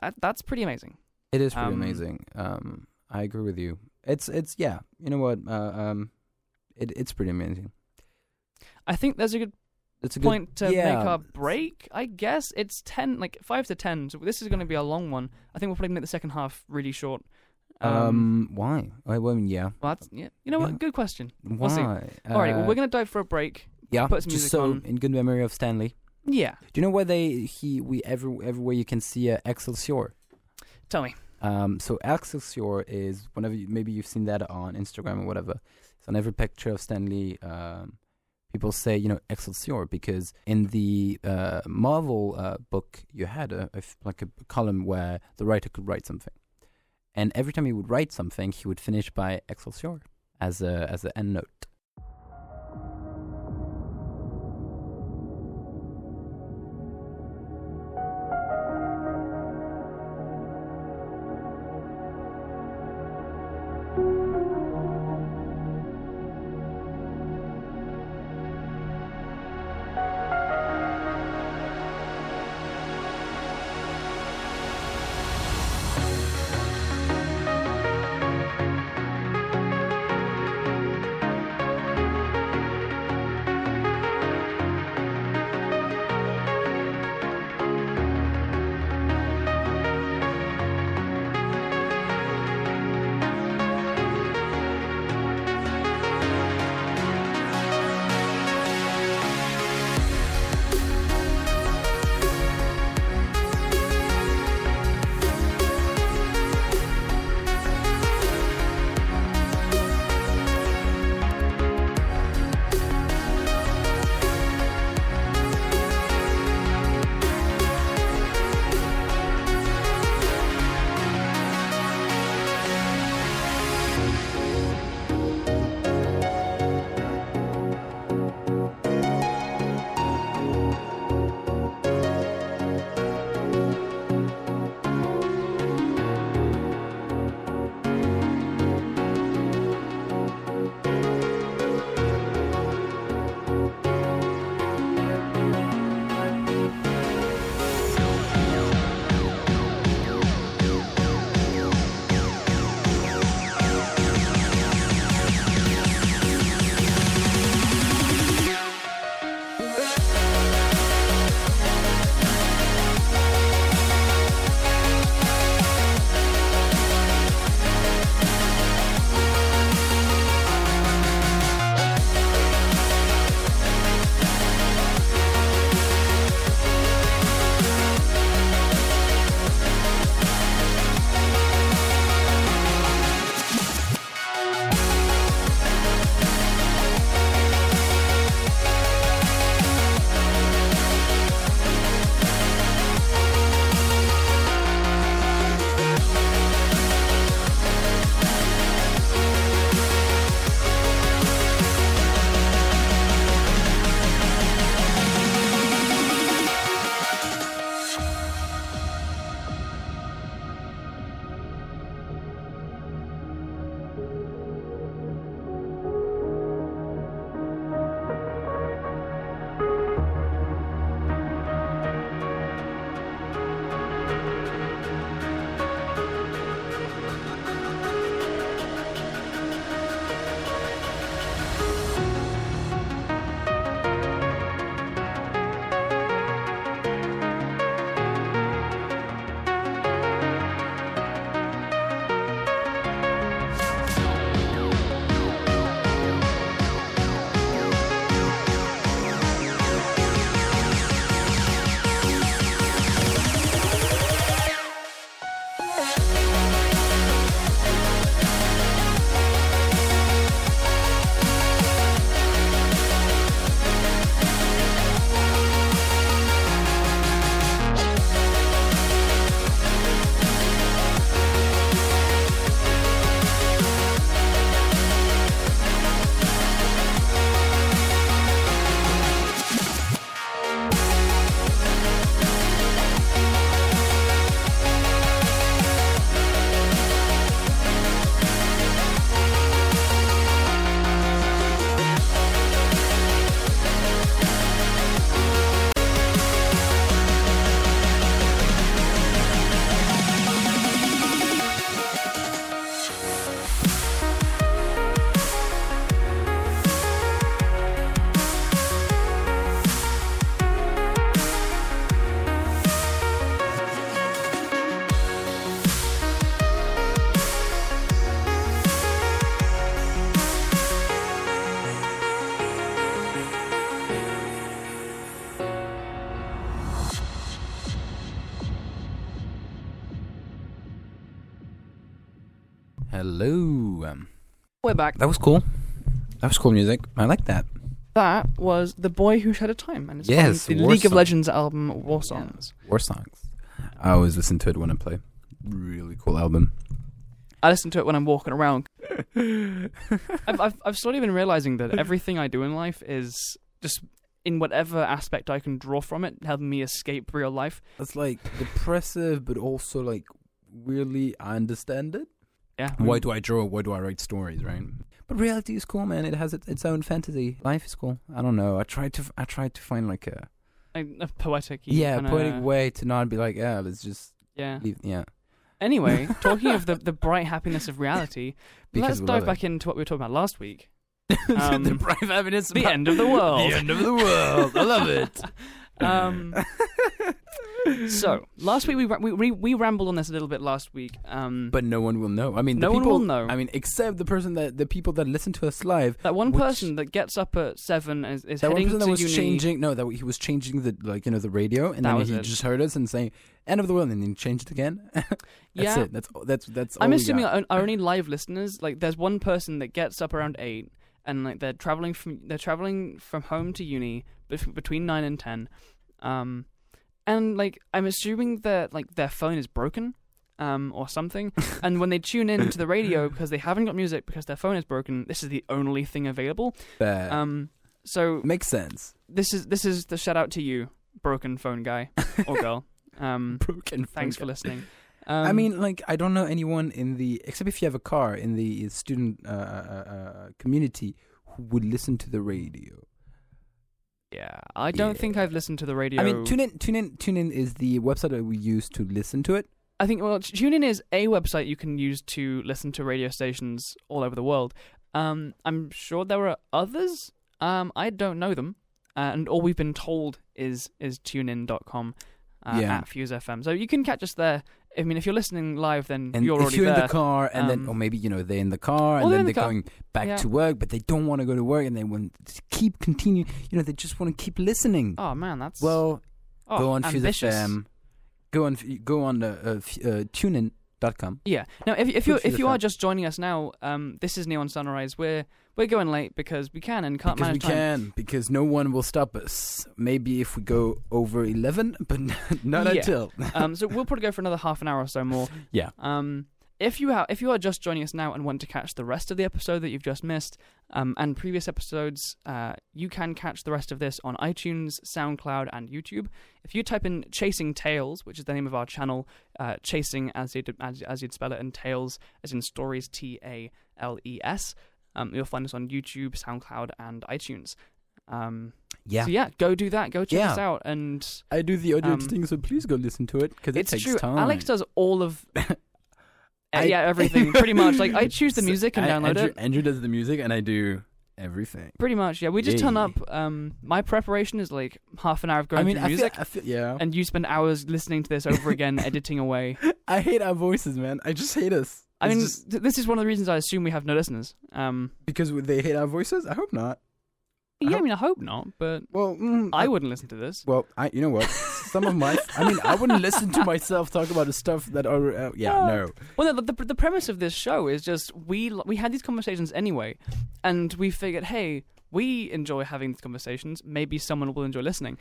A: that, that's pretty amazing.
B: it is pretty
A: um,
B: amazing. Um, I agree with you. It's it's yeah. You know what? Uh, um, it it's pretty amazing.
A: I think there's a good
B: It's a good
A: point to
B: yeah.
A: make our break. I guess it's ten, like five to ten. So this is going to be a long one. I think we'll probably make the second half really short.
B: Um, why? I well, I mean, yeah.
A: well, that's, yeah. You know
B: yeah.
A: what? Good question.
B: Why?
A: see.
B: Uh,
A: All right, well, we're gonna dive for a break.
B: yeah.
A: put some
B: just
A: music
B: so
A: on.
B: in good memory of Stanley.
A: Yeah,
B: Do you know where they he we every everywhere you can see uh, Excelsior?
A: tell me.
B: Um, so Excelsior is whenever you, maybe you've seen that on Instagram or whatever. So on every picture of Stanley, um, people say you know Excelsior because in the uh, Marvel uh, book you had a, a f- like a column where the writer could write something, and every time he would write something, he would finish by Excelsior as a as an end note. Hello. Um,
A: We're back.
B: that was cool. That was cool music. I like that.
A: That was The Boy Who Shed a Time, and it's
B: Yes,
A: from the
B: War
A: League of
B: Song.
A: Legends album War Songs.
B: War songs. I always listen to it when I play. Really cool album.
A: I listen to it when I'm walking around. I've, I've, I've slowly been realizing that everything I do in life is just in whatever aspect I can draw from it, helping me escape real life.
B: It's like depressive, but also like weirdly, I understand it.
A: Yeah.
B: Why do I draw? Why do I write stories? Right. But reality is cool, man. It has it, its own fantasy. Life is cool. I don't know. I tried to. I tried to find like a
A: A, a poetic.
B: yeah
A: kinda-
B: poetic way to not be like yeah. Let's just
A: Yeah.
B: leave. Yeah.
A: Anyway, talking of the, the bright happiness of reality,
B: Because
A: let's
B: we
A: dive
B: love it.
A: back into what we were talking about last week.
B: the
A: Um,
B: bright happiness.
A: the
B: about-
A: end of the world.
B: The end of the world. I love it.
A: Um, so last week we, ra- we we we rambled on this a little bit last week. Um,
B: But no one will know. I mean,
A: No
B: the
A: one
B: people,
A: will know.
B: I mean, except the person that the people that listen to us live.
A: that one
B: which-
A: person that gets up at seven and is, is
B: That one
A: heading
B: person
A: to
B: that was
A: uni.
B: changing. No, that he was changing the like you know the radio, and
A: That
B: then
A: was
B: he
A: it.
B: just heard us and saying end of the world, and then he changed it again. that's
A: yeah,
B: it. That's that's that's.
A: I'm
B: all we
A: assuming uh,
B: got.
A: our, our only live listeners. Like, there's one person that gets up around eight, and like they're traveling from they're traveling from home to uni bef- between nine and ten, um, and like I'm assuming that like their phone is broken, um, or something. and when they tune in to the radio because they haven't got music because their phone is broken, this is the only thing available.
B: Fair.
A: Um, so
B: makes sense.
A: this is this is the shout out to you, broken phone guy or girl. Um,
B: Broken.
A: thanks for
B: finger.
A: listening. Um,
B: I mean, like I don't know anyone in the except if you have a car in the student uh, uh, uh, community who would listen to the radio.
A: yeah, I don't think
B: Yeah.
A: I've listened to the radio.
B: I mean, TuneIn, TuneIn, TuneIn is the website that we use to listen to it.
A: I think well, TuneIn is a website you can use to listen to radio stations all over the world. Um, I'm sure there are others. Um, I don't know them, uh, and all we've been told is is TuneIn.com uh,
B: Yeah.
A: at Fuse FM. So you can catch us there. I mean, if you're listening live, then
B: And
A: you're
B: if
A: already
B: you're
A: there.
B: in the car, and
A: Um,
B: then, or maybe you know they're in the car,
A: Oh,
B: and
A: they're in
B: then
A: the
B: they're
A: car.
B: going back
A: Yeah.
B: to work, but they don't want to go to work, and they want to keep continuing. You know, they just want to keep listening.
A: oh man, that's
B: well,
A: oh,
B: go on
A: ambitious.
B: Fuse FM, go on, go on the uh, f- uh, TuneIn.com.
A: Yeah. Now, if if you
B: Fuse
A: if you are
B: FM.
A: just joining us now, um, this is Neon Sunrise. We're we're going late because we can and can't
B: Because we
A: manage time.
B: can, because no one will stop us. Maybe if we go over eleven, but
A: Yeah.
B: not until.
A: um, so we'll probably go for another half an hour or so more.
B: Yeah.
A: Um, if you are if you are just joining us now and want to catch the rest of the episode that you've just missed, um, and previous episodes, uh, you can catch the rest of this on iTunes, SoundCloud, and YouTube. If you type in "Chasing Tales," which is the name of our channel, uh, "Chasing" as you'd as, as you'd spell it, and "Tales" as in stories, T A L E S. Um, you'll find us on YouTube, SoundCloud, and iTunes. Um,
B: Yeah,
A: So yeah, go do that. Go check
B: Yeah.
A: us out and.
B: I do the audio
A: Um,
B: thing, so please go listen to it because it
A: It's
B: takes
A: true.
B: time.
A: Alex does all of e-
B: I-
A: yeah everything pretty much. Like I choose the
B: So,
A: music and
B: I-
A: download
B: Andrew,
A: it.
B: Andrew does the music, and I do everything.
A: Pretty much, yeah. We just turn
B: Yay.
A: up. Um, my preparation is like half an hour of going
B: I mean,
A: through
B: I feel,
A: music,
B: I feel, yeah.
A: and you spend hours listening to this over again, editing away.
B: I hate our voices, man. I just hate us.
A: I
B: It's
A: mean,
B: just
A: th- this is one of the reasons I assume we have no listeners. Um,
B: because they hate our voices. I hope not. I
A: yeah, I
B: hope-
A: mean, I hope not, but
B: Well, mm,
A: I wouldn't listen to this.
B: Well, I, you know what? Some of my, I mean, I wouldn't listen to myself talk about the stuff that are. Uh, yeah, no.
A: Well, the, the the premise of this show is just we we had these conversations anyway, and we figured, hey, we enjoy having these conversations. Maybe someone will enjoy listening.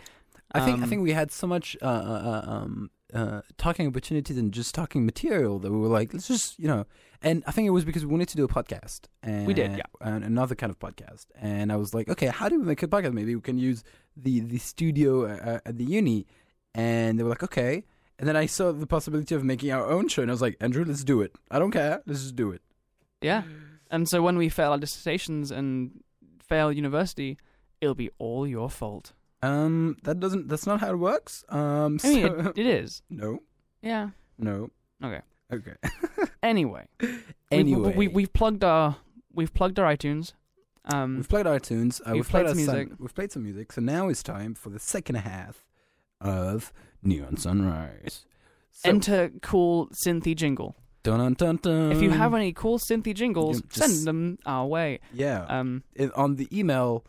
B: I think I
A: Um,
B: think we had so much uh, uh, uh, um, uh, talking opportunities and just talking material that we were like, let's just you know. And I think it was because we wanted to do a podcast, and
A: We did, yeah.
B: and another kind of podcast. And I was like, okay, how do we make a podcast? Maybe we can use the the studio uh, at the uni. And they were like, okay. And then I saw the possibility of making our own show, and I was like, Andrew, let's do it. I don't care, let's just do it.
A: Yeah. And so when we fail our dissertations and fail university, it'll be all your fault.
B: Um, that doesn't. That's not how it works. Um,
A: I mean,
B: so-
A: it, it is.
B: no,
A: Yeah.
B: no.
A: Okay.
B: Okay.
A: Anyway, we-
B: anyway,
A: we, we, we've plugged our we've plugged our iTunes. Um,
B: We've played our tunes. Uh,
A: We've
B: we've, played,
A: played
B: our
A: some
B: sun-
A: music.
B: we've played some music. So now it's time for the second half of Neon Sunrise. So,
A: enter cool synthy jingle.
B: dun, dun, dun,
A: if you have any cool synthy jingles,
B: Um, you just-
A: send them our way.
B: yeah,
A: Um,
B: It- on the email,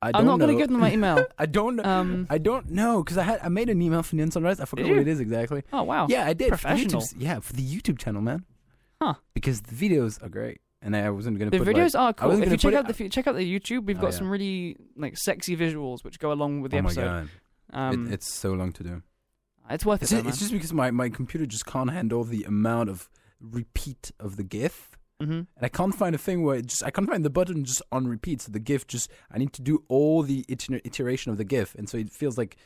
B: I don't
A: I'm not
B: know.
A: going to give them my email.
B: I don't. know.
A: Um,
B: I don't know because I had I made an email for Neon Sunrise. I forgot
A: Did
B: what
A: you?
B: it is exactly.
A: oh wow.
B: yeah, I did. for the
A: professional.
B: YouTube's- yeah, for the YouTube channel, man.
A: Huh.
B: Because the videos are great, and I wasn't gonna.
A: The
B: put
A: videos are cool.
B: wasn't
A: If
B: gonna
A: you check
B: put it-
A: out the fe- check out the YouTube, we've
B: Oh,
A: got
B: yeah.
A: some really like sexy visuals which go along with the
B: like, oh my
A: episode.
B: god,
A: Um,
B: it, it's so long to do.
A: it's worth it.
B: It's,
A: though,
B: ju- it's
A: man.
B: just because my, my computer just can't handle the amount of repeat of the GIF,
A: Mhm.
B: and I can't find a thing where it just I can't find the button just on repeat. So the GIF just I need to do all the iter- iteration of the GIF, and so it feels like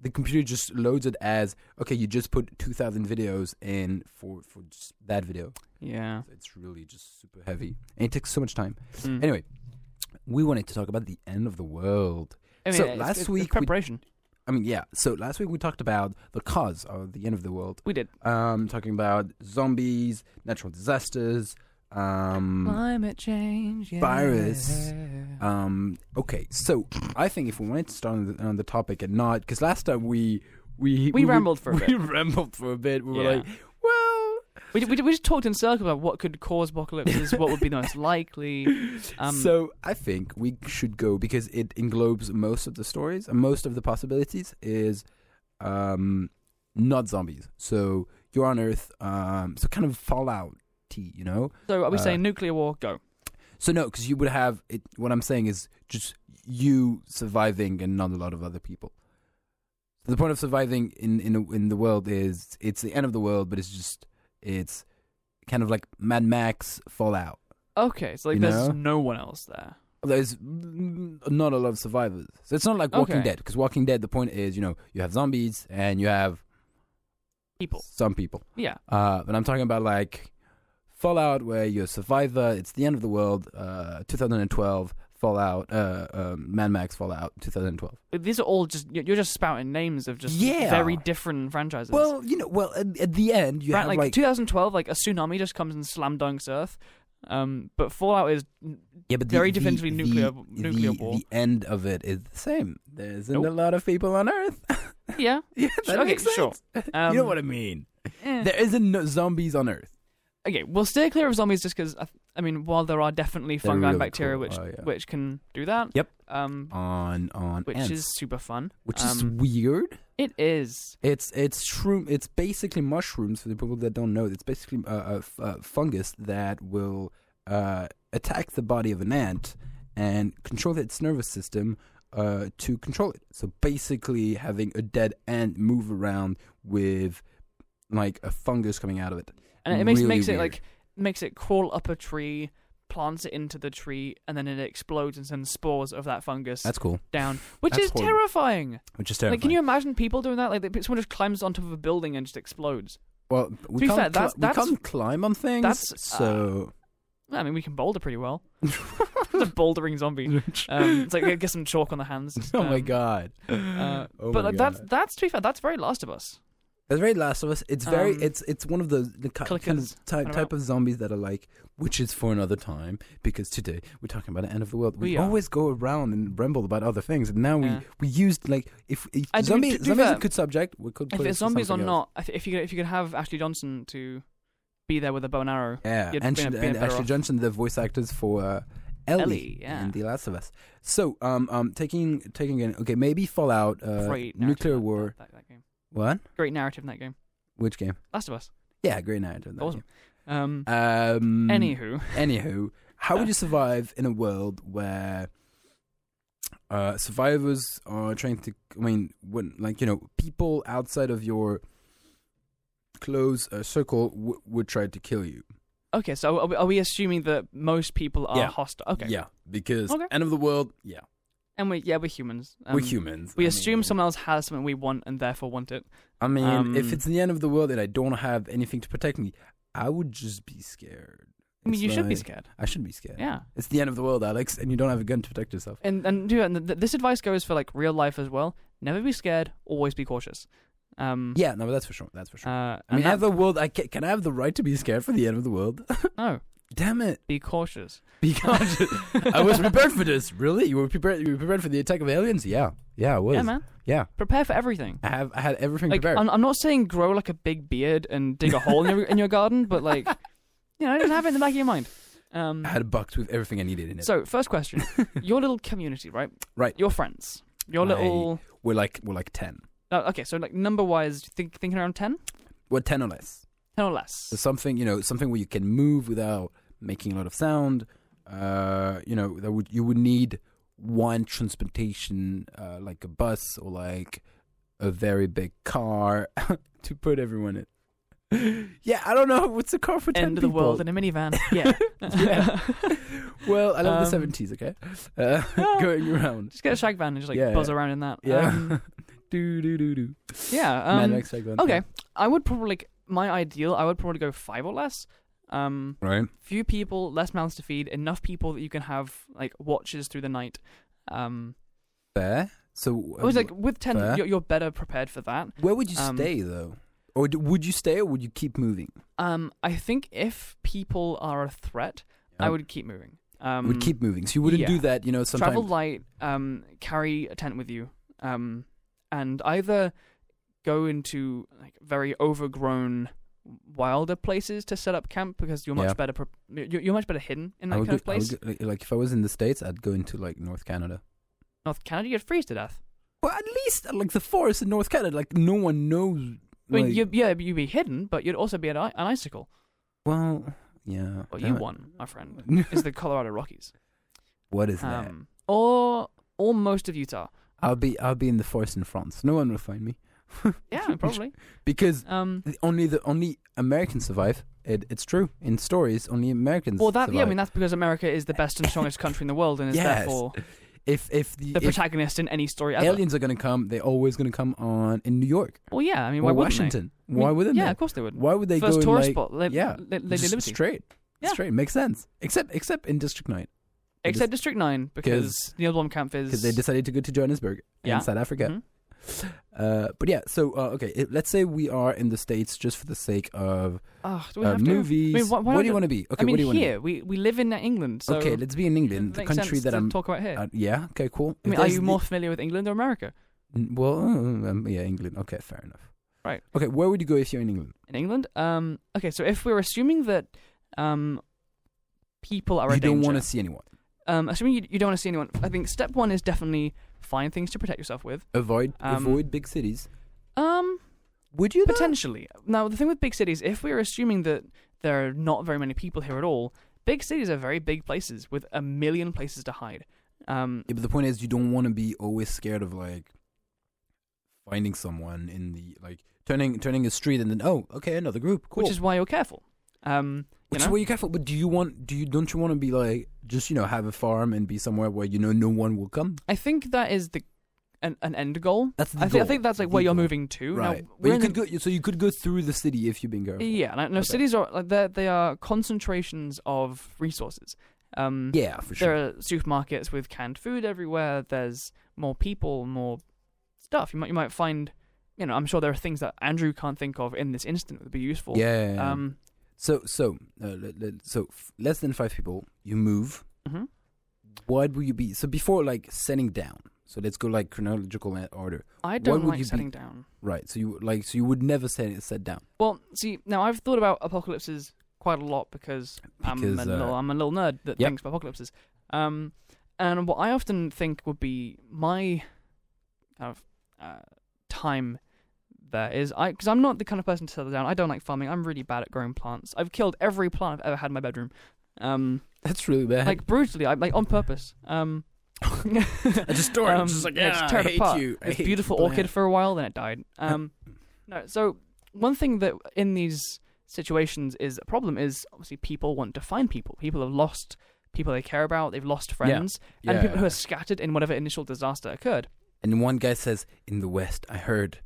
B: the computer just loads it as okay, you just put two thousand videos in for for just that video.
A: Mm-hmm. Yeah.
B: So it's really just super heavy, and it takes so much time.
A: Mm.
B: Anyway, we wanted to talk about the end of the world.
A: I mean,
B: so
A: it's-
B: last
A: it's- it's
B: week we-
A: preparation
B: I mean, yeah. So last week we talked about the cause of the end of the world.
A: we did
B: Um, talking about zombies, natural disasters, um,
A: climate change, yeah. Uh,
B: Virus. um. Okay, so I think if we wanted to start on the, on the topic and not because last time we we
A: We rambled for a
B: we rambled for a bit. We were
A: Yeah.
B: like, well,
A: We, we, we just talked in circles about what could cause apocalypses, what would be most likely. Um,
B: so I think we should go because it englobes most of the stories and most of the possibilities is um, not zombies. So you're on Earth, um, so kind of Fallout T, you know.
A: So are we
B: uh,
A: saying nuclear war? Go.
B: So no, because you would have it. What I'm saying is just you surviving and not a lot of other people. The point of surviving in in in the world is it's the end of the world, but it's just it's kind of like Mad Max Fallout.
A: Okay, so like
B: You
A: there's
B: know?
A: no one else there.
B: there's not a lot of survivors. So it's not like Walking
A: Okay.
B: Dead, because Walking Dead, the point is, you know, you have zombies and you have
A: People.
B: some people.
A: Yeah.
B: Uh, but I'm talking about like Fallout, where you're a survivor. It's the end of the world. Uh, 2012 Fallout, uh, um, Mad Max Fallout 2012.
A: These are all just you're you're just spouting names of just
B: Yeah.
A: very different franchises.
B: Well, you know, well at, at the end you
A: Right,
B: have
A: like,
B: like
A: 2012, like a tsunami just comes and slam dunks Earth. Um, but Fallout is
B: yeah, but
A: very definitively nuclear- nuclear
B: the,
A: war.
B: The end of it is the same. There isn't a
A: Nope.
B: lot of people on Earth.
A: yeah.
B: yeah, that
A: okay,
B: makes sense.
A: sure. Um,
B: you know what I mean?
A: eh.
B: There isn't no zombies on Earth.
A: okay, we'll stay clear of zombies just because I, th- I mean, while there are definitely
B: They're
A: fungi and
B: really
A: bacteria
B: cool.
A: which
B: Oh, yeah.
A: which can do that.
B: Yep.
A: Um,
B: on on
A: which
B: ants,
A: is super fun.
B: which
A: um,
B: is weird.
A: It is.
B: It's it's shroom. It's basically mushrooms for the people that don't know. It's basically a, a f- a fungus that will uh, attack the body of an ant and control its nervous system uh, to control it. So basically, having a dead ant move around with like a fungus coming out of it.
A: and it makes
B: really
A: makes it
B: weird.
A: like makes it crawl up a tree, plants it into the tree, and then it explodes and sends spores of that fungus
B: That's cool.
A: down, which
B: that's
A: is
B: horrible.
A: terrifying.
B: Which is
A: Like,
B: terrifying.
A: can you imagine people doing that? Like, they- someone just climbs on top of a building and just explodes.
B: well, we
A: be
B: can't
A: fair, that's-
B: cli-
A: that's-
B: we can't climb on things.
A: that's,
B: so
A: I mean, we can boulder pretty well. the bouldering zombie. Um, it's like get some chalk on the hands.
B: oh my
A: um,
B: god.
A: Uh,
B: Oh
A: but
B: my
A: like, that's
B: God.
A: that's to be fair. That's very Last of Us.
B: That's very Last of Us. It's very
A: Um,
B: it's it's one of those the ki- kind
A: clickers,
B: of type
A: don't
B: type of zombies that are like, which is for another time because today we're talking about the end of the world. We,
A: We are.
B: always go around and ramble about other things, and now
A: Yeah.
B: we we used like if, if
A: I do-
B: zombie
A: to be
B: zombies
A: fair,
B: a good subject, we could.
A: If
B: put it
A: it's
B: to
A: zombies or
B: something else.
A: not, I th- if you could, if you could have Ashley Johnson to be there with a bow and arrow,
B: yeah,
A: you'd
B: and,
A: be a-
B: should-
A: be a
B: and
A: better
B: Ashley
A: off.
B: Johnson, the voice actors for uh, Ellie,
A: Ellie, yeah.
B: in The Last of Us. So um um taking taking in okay maybe Fallout, uh,
A: great narrative
B: nuclear
A: in that-
B: war,
A: That, that game.
B: what
A: Great narrative in that game.
B: which game?
A: Last of Us.
B: Yeah, great narrative. that
A: Awesome. Um.
B: game. Um,
A: anywho,
B: Anywho, how would you survive in a world where uh, survivors are trying to? I mean, when like you know, people outside of your close uh, circle w- would try to kill you.
A: okay. So are we, are we assuming that most people are
B: Yeah.
A: hostile? Okay.
B: Yeah, because
A: Okay.
B: end of the world. Yeah,
A: And we yeah we're humans. Um,
B: we're humans.
A: We
B: I
A: assume
B: mean-
A: someone else has something we want and therefore want it.
B: I mean,
A: um,
B: if it's the end of the world and I don't have anything to protect me, I would just be scared.
A: I mean,
B: It's
A: you should be
B: like-
A: scared.
B: I should be scared.
A: Yeah.
B: It's the end of the world, Alex, and you don't have a gun to protect yourself.
A: And and do and th- this advice goes for like real life as well. Never be scared. Always be cautious. Um.
B: Yeah, no, that's for sure. That's for
A: Uh,
B: sure. I mean,
A: and
B: have the world. I can, can I have the right to be scared for the end of the world?
A: that- no,
B: Damn it!
A: be cautious.
B: Be conscious. I was prepared for this. Really, you were prepared. You were prepared for the attack of aliens. Yeah, yeah, I was.
A: Yeah, man.
B: Yeah.
A: Prepare for everything.
B: I have. I had everything
A: Like,
B: prepared.
A: I'm, I'm not saying grow like a big beard and dig a hole in your in your garden, but like, you know, just have it in the back of your mind. Um.
B: I had a box with everything I needed in it.
A: So, first question: Your little community, right?
B: Right.
A: Your friends. Your
B: My-
A: little.
B: we're like we're like ten.
A: Uh, okay, so like number wise, think, thinking around ten.
B: We're ten or less.
A: ten or less.
B: So something you know, something where you can move without making a lot of sound. Uh, you know, that would you would need one transportation, uh, like a bus or like a very big car, to put everyone in. yeah, I don't know. What's a car for ten
A: End of the
B: people?
A: world in a minivan. Yeah.
B: Yeah. well, I love the
A: Um, Ah,
B: seventies. Okay, uh, going around.
A: Just get a shag van and just like
B: Yeah,
A: buzz
B: yeah.
A: around in that.
B: Yeah.
A: Um,
B: do do do do.
A: yeah.
B: Mad
A: Um,
B: Max Shotgun.
A: okay. I would probably my ideal. I would probably go five or less. Um,
B: Right.
A: few people, less mouths to feed, enough people that you can have like watches through the night. Um,
B: Fair. So
A: it was like with ten,
B: fair.
A: you're, you're better prepared for that.
B: Where would you
A: Um,
B: stay though? Or d- would you stay or would you keep moving?
A: Um, I think if people are a threat, I
B: Yeah.
A: would keep moving. Um,
B: You would keep moving. So you wouldn't
A: yeah.
B: do that, you know, sometimes.
A: travel light. Um, carry a tent with you. Um, and either go into like very overgrown, wilder places to set up camp because you're much
B: Yeah.
A: better. Pre- you're, you're much better hidden in that
B: I would
A: kind
B: go,
A: of place.
B: I would go- like, like if I was in the States, I'd go into like North Canada.
A: North Canada, you'd freeze to death.
B: Well, at least uh, like the forest in North Canada, like no one knows.
A: I mean,
B: like-
A: you, yeah, you'd be hidden, but you'd also be an, i- an icicle.
B: well, yeah.
A: But
B: damn
A: you
B: it.
A: won, my friend. Is the Colorado Rockies,
B: what is that?
A: um, or or most of Utah?
B: I'll be I'll be in the forest in France. No one will find me.
A: Yeah, probably.
B: because
A: Um,
B: the- only the only Americans survive. It, it's true in stories. Only Americans.
A: well, that
B: survive.
A: yeah, I mean that's because America is the best and strongest country in the world, and is
B: Yes.
A: therefore
B: if if the,
A: the
B: if
A: protagonist in any story ever.
B: aliens are gonna come, they're always gonna come on in New York
A: Well, yeah, I mean,
B: or
A: why wouldn't they?
B: Washington.
A: I mean,
B: Why wouldn't
A: yeah,
B: they?
A: of course they would.
B: Why would they
A: First
B: go in,
A: tourist
B: like,
A: spot, La-
B: yeah,
A: La- Lady
B: just
A: Liberty,
B: straight?
A: Yeah.
B: Straight makes sense. Except except in District Nine
A: except District Nine because
B: 'Cause-
A: Neil Blomkamp is
B: because they decided to go to Johannesburg
A: Yeah.
B: in South Africa.
A: Mhm.
B: Uh, but yeah, so uh, okay, it- let's say we are in the states just for the sake of
A: Ugh, ah, do we
B: uh,
A: have to-
B: movies.
A: I mean, why- why
B: what
A: don't-
B: do you want to be? Okay,
A: I mean,
B: what do you want?
A: here we, we live in England, so
B: okay, let's be in England, the
A: makes sense
B: country that
A: to
B: I'm.
A: talk about here.
B: uh, yeah. Okay.
A: I
B: Cool. If
A: mean, are
B: there's
A: you
B: the-
A: more familiar with England or America?
B: N- Well, uh, um, yeah, England. Okay, fair enough.
A: Right.
B: Okay, where would you go if you're in England?
A: in England. Um, okay, so if we're assuming that um, people are a
B: you don't
A: danger,
B: want to see anyone.
A: um, assuming you, you don't want to see anyone, I think step one is definitely find things to protect yourself with.
B: Avoid
A: Um,
B: avoid big cities.
A: Um,
B: Would you? though?
A: potentially. Now the thing with big cities, if we're assuming that there are not very many people here at all, big cities are very big places with a million places to hide. Um,
B: Yeah, but the point is, you don't want to be always scared of like finding someone in the like turning turning a street and then oh okay another group cool.
A: Which is why you're careful. Um,
B: which
A: you
B: is
A: know?
B: where you careful. But do you want do you don't you want to be like just you know have a farm and be somewhere where you know no one will come?
A: I think that is the an, an end goal.
B: That's the
A: I, thi- I
B: goal,
A: think that's like
B: the
A: where you're
B: goal.
A: moving to. Now,
B: right? but
A: we're
B: you
A: in
B: could
A: the-
B: go so you could go through the city if you've been careful.
A: Yeah, no, no
B: Okay.
A: cities are like they they are concentrations of resources. Um,
B: Yeah, for sure.
A: there are supermarkets with canned food everywhere. There's more people, more stuff. You might you might find, you know, I'm sure there are things that Andrew can't think of in this instant that would be useful.
B: yeah. yeah, yeah.
A: Um.
B: so so uh, let, let- so f- less than five people. You move.
A: mhm.
B: What would you be? So before like setting down. So let's go like chronological order.
A: I
B: What
A: don't
B: would
A: like
B: you be-
A: setting down.
B: Right. So you like so you would never set set down.
A: Well, see, now I've thought about apocalypses quite a lot because, I'm a
B: Because, uh,
A: little I'm a little nerd that
B: yep.
A: thinks about apocalypses. Um, and what I often think would be my kind of uh, time there is I because I'm not the kind of person to settle down. I don't like farming. I'm really bad at growing plants. I've killed every plant I've ever had in my bedroom. Um,
B: That's really bad.
A: like brutally, I like on purpose. Um,
B: I just store it.
A: um,
B: It's just like
A: yeah,
B: yeah,
A: it's
B: I
A: tearing
B: hate
A: apart.
B: you. I
A: this
B: hate
A: beautiful
B: you,
A: orchid for a while, then it died. Um, no, so one thing that in these situations is a problem is obviously people want to find people. People have lost people they care about. They've lost friends, and
B: Yeah,
A: people who
B: yeah.
A: are scattered in whatever initial disaster occurred.
B: And one guy says, "In the West, I heard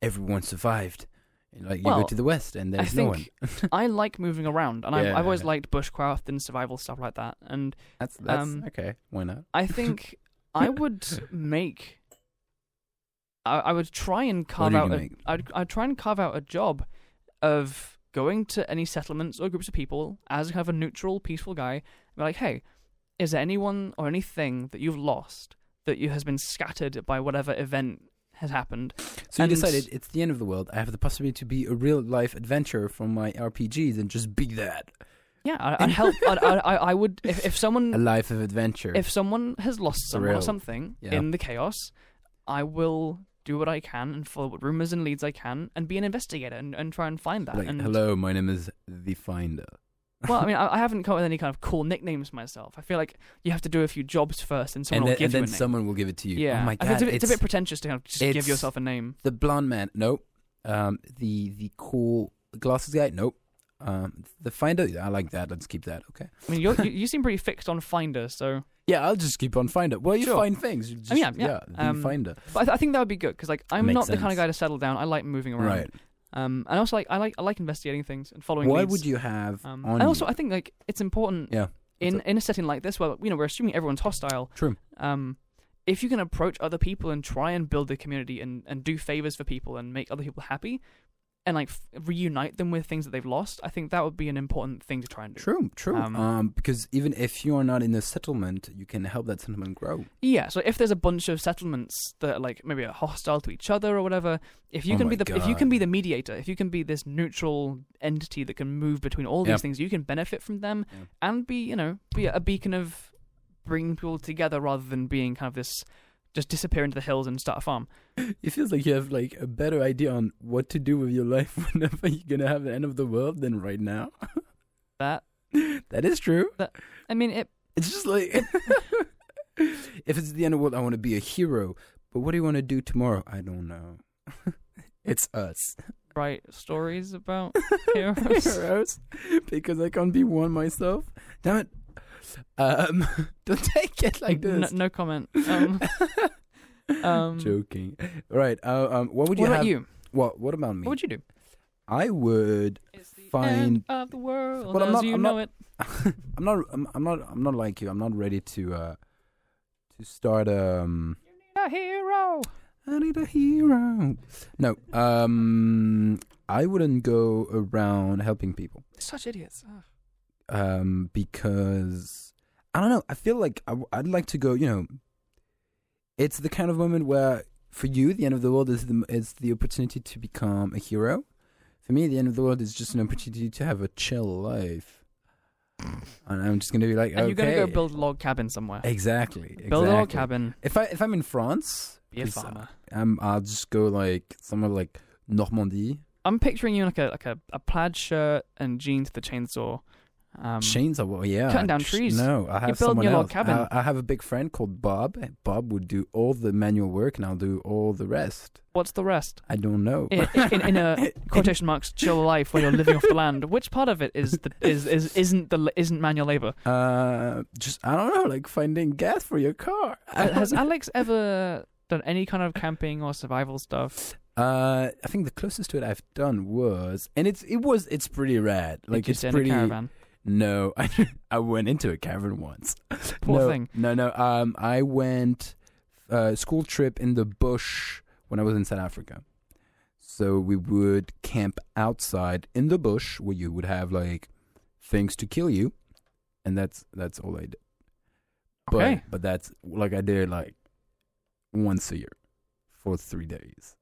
B: everyone survived." And, like you
A: Well,
B: go to the West, and
A: I
B: there's no one.
A: think I like moving around, and I've, I've always
B: Yeah.
A: liked bushcraft and survival stuff like that. And
B: That's that's
A: um,
B: okay. Why not?
A: I think I would make. I, I would try and carve
B: would
A: out.
B: you
A: A,
B: make?
A: I'd I'd try and carve out a job of going to any settlements or groups of people as kind of a neutral, peaceful guy. Be like, hey, is there anyone or anything that you've lost that you has been scattered by whatever event has happened?
B: So you
A: and-
B: decided it's the end of the world. I have the possibility to be a real life adventurer from my RPGs and just be that
A: Yeah, I, I'd help. I'd, I I I would if, if
B: a
A: someone
B: life of adventure.
A: if someone has lost someone or
B: Surreal.
A: something
B: Yeah.
A: in the chaos, I will do what I can and follow what rumors and leads I can and be an investigator and, and try and find that.
B: Like,
A: and
B: hello, my name is The Finder.
A: well, I mean, I, I haven't come up with any kind of cool nicknames myself. I feel like you have to do a few jobs first, and
B: and
A: someone
B: then,
A: will
B: and
A: give
B: then
A: you a name.
B: someone will give it to you.
A: yeah,
B: Oh my
A: I think
B: god,
A: it's, a bit, it's a
B: it's-
A: bit pretentious to kind of just give
B: it's-
A: yourself a name.
B: The blonde man, nope. Um, the the cool glasses guy, nope. Um, the finder, I like that. Let's keep that. Okay.
A: I mean, you're, you you seem pretty fixed on Finder, so
B: Yeah, I'll just keep on finder. Well, you
A: Sure. Oh,
B: find things. You just,
A: yeah, yeah.
B: the
A: Um,
B: finder.
A: but I, th- I think that would be good because like I'm
B: Makes
A: not the kind
B: sense.
A: of guy to settle down. I like moving around,
B: Right.
A: Um, and also like I like I like investigating things and following.
B: Why
A: leads.
B: would you have
A: Um,
B: on?
A: and also,
B: you?
A: I think like it's important.
B: Yeah,
A: In
B: up?
A: in a setting like this, where you know we're assuming everyone's hostile.
B: True.
A: Um, if you can approach other people and try and build a community and and do favors for people and make other people happy, and like f- reunite them with things that they've lost, I think that would be an important thing to try and do.
B: True, true.
A: Um,
B: Um, because even if you are not in the settlement, you can help that settlement grow.
A: Yeah. So if there's a bunch of settlements that like maybe are hostile to each other or whatever, if you
B: Oh
A: can be
B: my
A: the if you
B: God.
A: can be the mediator, if you can be this neutral entity that can move between all these
B: Yep.
A: things, you can benefit from them
B: Yeah.
A: and be you know be a beacon of bringing people together rather than being kind of this just disappear into the hills and start a farm.
B: It feels like you have like a better idea on what to do with your life whenever you're gonna have the end of the world than right now.
A: That
B: That is true.
A: I mean it.
B: It's just like if it's the end of the world, I want to be a hero. But what do you want to do tomorrow? I don't know. it's us
A: Write stories about heroes.
B: heroes because I can't be one myself. Damn it! Um, don't take it like
A: N-
B: this.
A: no comment. Um, um,
B: Joking. Right. Uh, um, what would you
A: what about
B: have?
A: you?
B: What What about me?
A: What would you do?
B: I would.
A: It's the end
B: Find-
A: of the world
B: Well, I'm
A: as
B: not-
A: you
B: I'm
A: know
B: not-
A: it.
B: I'm not. I'm, I'm not. I'm not like you. I'm not ready to. Uh, to start. Um.
A: A hero.
B: I need a hero. No. Um. I wouldn't go around helping people.
A: Such idiots. Ugh.
B: um, because I don't know. I feel like I, would like to go. You know, it's the kind of moment where for you, the end of the world is the is the opportunity to become a hero. For me, the end of the world is just an opportunity to have a chill life, and I'm just gonna be like,
A: And
B: okay,
A: you're gonna go build a log cabin somewhere.
B: exactly,
A: Build a log
B: exactly.
A: cabin.
B: If I if I'm in France,
A: Be a
B: 'Cause,
A: farmer.
B: um, I'll just go like somewhere like Normandy,
A: I'm picturing you in like a like a, a plaid shirt and jeans with a chainsaw. Um,
B: chains are well, yeah.
A: cutting down
B: Ch-
A: trees.
B: No, I
A: building
B: have someone
A: your log
B: else.
A: cabin.
B: I, I have a big friend called Bob. and Bob would do all the manual work, and I'll do all the rest.
A: What's the rest?
B: I don't know.
A: In, in, in a quotation marks chill life where you're living off the land. Which part of it is the is, is isn't the isn't manual labor?
B: Uh, just I don't know, like finding gas for your car.
A: Uh, Has Alex ever done any kind of camping or survival stuff?
B: Uh, I think the closest to it I've done was, and it's it was it's pretty rad. Like
A: you
B: it's
A: sit
B: pretty.
A: in a caravan.
B: No, I I went into a cavern once.
A: Poor
B: no,
A: thing.
B: No, no. Um, I went uh, school trip in the bush when I was in South Africa. So we would camp outside in the bush where you would have like things to kill you, and that's that's all I did. But,
A: Okay.
B: but that's like I did like once a year for three days.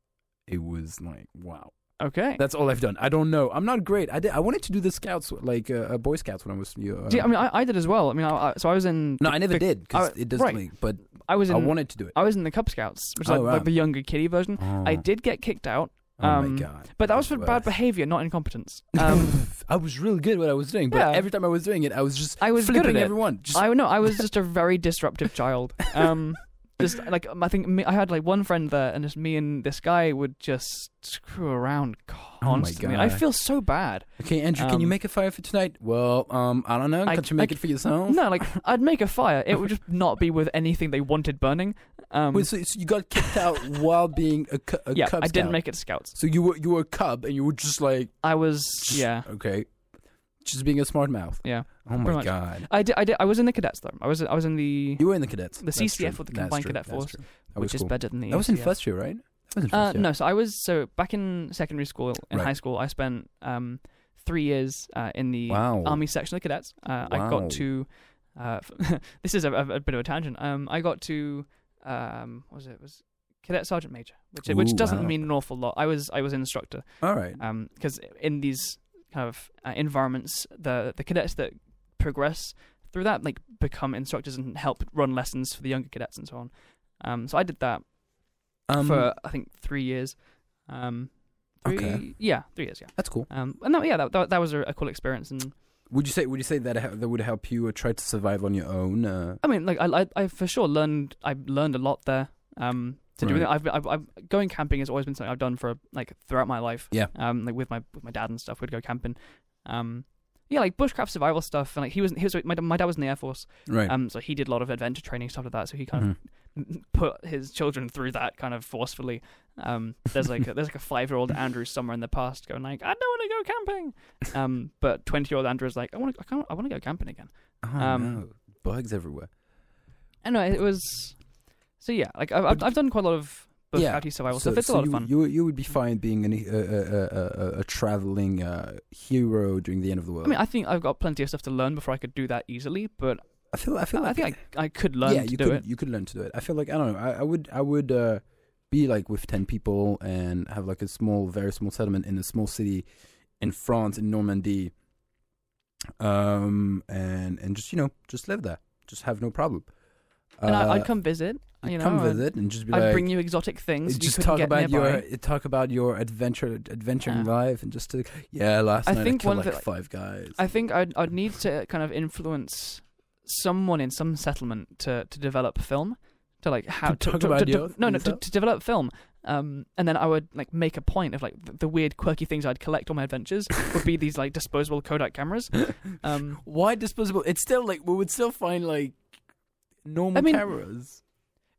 B: It was like wow.
A: Okay.
B: That's all I've done. I don't know. I'm not great. I did. I wanted to do the scouts, like uh, uh, Boy Scouts, when I was. Uh,
A: See, I mean, I, I did as well. I mean, I, I, so I was in.
B: no, I never
A: the-
B: did because
A: I-
B: it doesn't.
A: right.
B: Like, but
A: I was in.
B: I wanted to do it.
A: I was in the Cub Scouts, which is like,
B: Oh,
A: like
B: wow.
A: the younger kiddie version. um, I
B: Oh.
A: did get kicked out,
B: Oh
A: um,
B: my god!
A: but that was for
B: That's
A: bad
B: worse.
A: behavior, not incompetence. Um,
B: I was really good at what I was doing, but
A: Yeah.
B: every time I was doing it, I was just
A: I was good
B: flipping
A: at it.
B: everyone. Just
A: I no, I was just a very disruptive child. Um, just like um, I think me, I had like one friend there, and just me and this guy would just screw around constantly. I
B: Oh God.
A: feel so bad.
B: okay, Andrew, can you
A: um,
B: make a fire for tonight? Well, um, I don't know.
A: I-
B: Can't you make
A: I-
B: it for yourself?
A: No, like I'd make a fire. It would just not be with anything they wanted burning. Um,
B: Wait, so, so you got kicked out while being a, cu- a
A: yeah,
B: cub
A: I didn't
B: Scout.
A: make it to scouts.
B: So you were you were a cub, and you were just like
A: I was yeah.
B: okay, just being a smart mouth.
A: Yeah,
B: Oh my
A: pretty much.
B: god!
A: I did, I did. I was in the cadets though. I was I was in the
B: You were in the cadets.
A: The
B: That's
A: CCF
B: true.
A: or the
B: That's
A: Combined
B: true.
A: Cadet
B: That's
A: Force,
B: true. That
A: which
B: was
A: is
B: cool.
A: better than the
B: That was in
A: ECF.
B: first year, right? That was in
A: Uh,
B: first year.
A: No, so I was so back in secondary school in
B: Right.
A: high school. I spent um, three years uh, in the
B: Wow.
A: army section of cadets. Uh, I
B: Wow.
A: got to uh, this is a, a, a bit of a tangent. Um, I got to um, what was it It was cadet sergeant major, which which
B: Ooh,
A: doesn't
B: wow.
A: mean an awful lot. I was I was an instructor
B: All right.
A: because in these kind of uh, environments, the the cadets that progress through that like become instructors and help run lessons for the younger cadets and so on. Um, so I did that.
B: Um,
A: for I think three years. Um, three,
B: Okay.
A: Yeah, three years. Yeah.
B: that's cool.
A: Um, and that, yeah, that, that that was a, a cool experience. And
B: Would you say would you say that hel- that would help you uh, try to survive on your own? Uh,
A: I mean, like I I, I for sure learned I learned a lot there. Um, to do with it,
B: Right.
A: I've, I've, I've going camping has always been something I've done for like throughout my life.
B: Yeah.
A: Um, like with my with my dad and stuff, we'd go camping. Um, yeah, like bushcraft survival stuff, and like he was he was my my dad was in the air force.
B: right.
A: Um, so he did a lot of adventure training stuff like that. So he kind of
B: Mhm.
A: put his children through that kind of forcefully. Um, there's like a, there's like a five year old Andrew somewhere in the past going like I don't want to go camping, um, but twenty year old Andrew is like I want to I, can't- I want to go camping again.
B: Oh,
A: um,
B: no. bugs everywhere.
A: And no, it was so yeah. Like I've I've, I've done quite a lot of bush
B: Yeah,
A: yeah. survival stuff. It's
B: so
A: a lot
B: you,
A: of fun.
B: You you would be fine being an, uh, uh, uh, uh, a traveling uh, hero during the end of the world.
A: I mean, I think I've got plenty of stuff to learn before I could do that easily. But
B: I feel I
A: I,
B: feel like
A: think I I could learn
B: yeah,
A: to
B: you
A: do
B: could
A: it.
B: you could learn to do it. I feel like I don't know. I, I would I would uh, be like with ten people and have like a small, very small settlement in a small city in France in Normandy, um, and and just you know just live there, just have no problem.
A: And I, I'd
B: Uh,
A: come visit.
B: you'd
A: You know,
B: come
A: I'd-
B: visit and just be
A: I'd
B: like,
A: bring you exotic things.
B: just
A: you couldn't
B: talk
A: get
B: about
A: nearby.
B: your talk about your adventure adventuring
A: Yeah.
B: life and just to yeah. Last
A: I
B: night
A: think
B: I killed
A: one of
B: like
A: the-
B: five guys.
A: I think I'd I'd need to kind of influence someone in some settlement to to develop film, to like how
B: To talk about your-
A: no no to,
B: yourself?
A: to develop film. Um, and then I would like make a point of like the, the weird quirky things I'd collect on my adventures would be these like disposable Kodak cameras. Um,
B: Why disposable? It's still like we would still find like normal
A: mean,
B: cameras.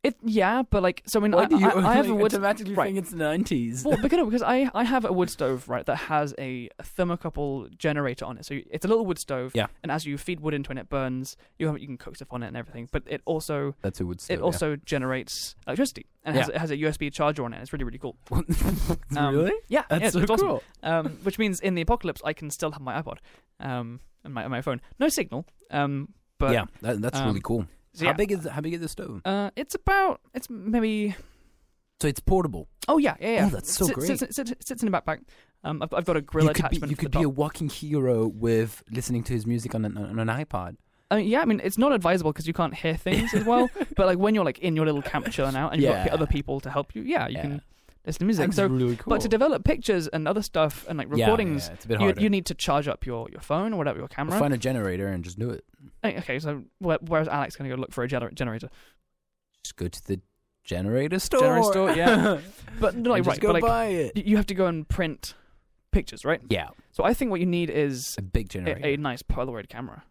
A: it yeah, but like so I mean
B: Why
A: I,
B: do you
A: I, I have a
B: like,
A: wood
B: automatically
A: right.
B: think it's the nineties?
A: well, because, no, because I, I have a wood stove, right, that has a thermocouple generator on it. So it's a little wood stove.
B: Yeah.
A: And as you feed wood into it, and it burns. You, have, you can cook stuff on it and everything. But it also
B: That's who would say.
A: it also generates electricity and has, it has a USB charger on it. It's really really cool. Um,
B: really?
A: Yeah,
B: That's
A: yeah,
B: so
A: it's
B: cool.
A: awesome. Um, which means in the apocalypse, I can still have my iPod um, and my my phone. No signal. Um, but
B: yeah, that, that's
A: um,
B: really cool.
A: so
B: How
A: yeah.
B: big is how big is the stove?
A: Uh, it's about it's maybe
B: So it's portable.
A: oh yeah yeah yeah.
B: Oh, that's so
A: Sit-
B: great.
A: Sits, sits- sits in the backpack. Um, I've, I've got a grill
B: you could be,
A: attachment.
B: you
A: for
B: could
A: the
B: be a
A: top.
B: walking hero with listening to his music on an, on an iPod.
A: I mean, Uh, yeah, I mean it's not advisable because you can't hear things as well. But like when you're like in your little camp chilling out and you've
B: Yeah.
A: got other people to help you, yeah, you
B: Yeah.
A: can listen to music.
B: That's
A: so,
B: really cool.
A: but to develop pictures and other stuff and like
B: Yeah, yeah,
A: recordings,
B: yeah, it's a bit
A: you,
B: harder.
A: you need to charge up your, your phone or whatever your camera.
B: Find a generator and just do it.
A: Hey, Okay, so where, where's Alex going to go look for a gener- generator?
B: Just go to the generator store.
A: Generator store, yeah. But no, like,
B: And just
A: right,
B: go
A: but like
B: buy it.
A: y- you have to go and print pictures, right?
B: Yeah,
A: So I think what you need is
B: a big
A: a,
B: generator.
A: a nice Polaroid camera,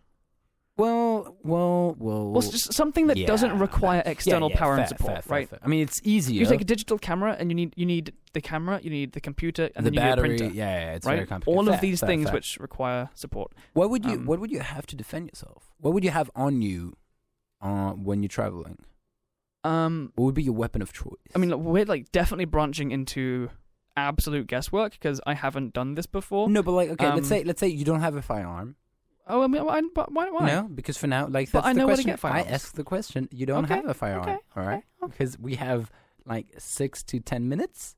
B: well, well, well.
A: or s- just something that
B: yeah.
A: doesn't require external
B: Yeah, yeah,
A: power and
B: fair,
A: support,
B: fair, fair,
A: right?
B: fair. I mean, it's easier.
A: You take a digital camera, and you need you need the camera, you need the computer, and
B: the
A: then you
B: battery,
A: need a printer.
B: yeah, yeah, it's very
A: Right,
B: complicated.
A: all of
B: Fair,
A: these
B: fair,
A: things
B: fair.
A: which require support.
B: what would you
A: um,
B: what would you have to defend yourself? What would you have on you uh, when you're traveling?
A: Um,
B: What would be your weapon of choice?
A: I mean, look, we're like definitely branching into absolute guesswork because I haven't done this before.
B: no, but like, okay,
A: um,
B: let's say let's say you don't have a firearm.
A: Oh, I mean, why? Why? why?
B: No, because for now, like,
A: But
B: that's
A: I
B: the
A: know where to
B: question.
A: get firearms.
B: I asked the question. You don't
A: Okay,
B: have a firearm,
A: okay,
B: all right?
A: okay.
B: Because we have like six to ten minutes,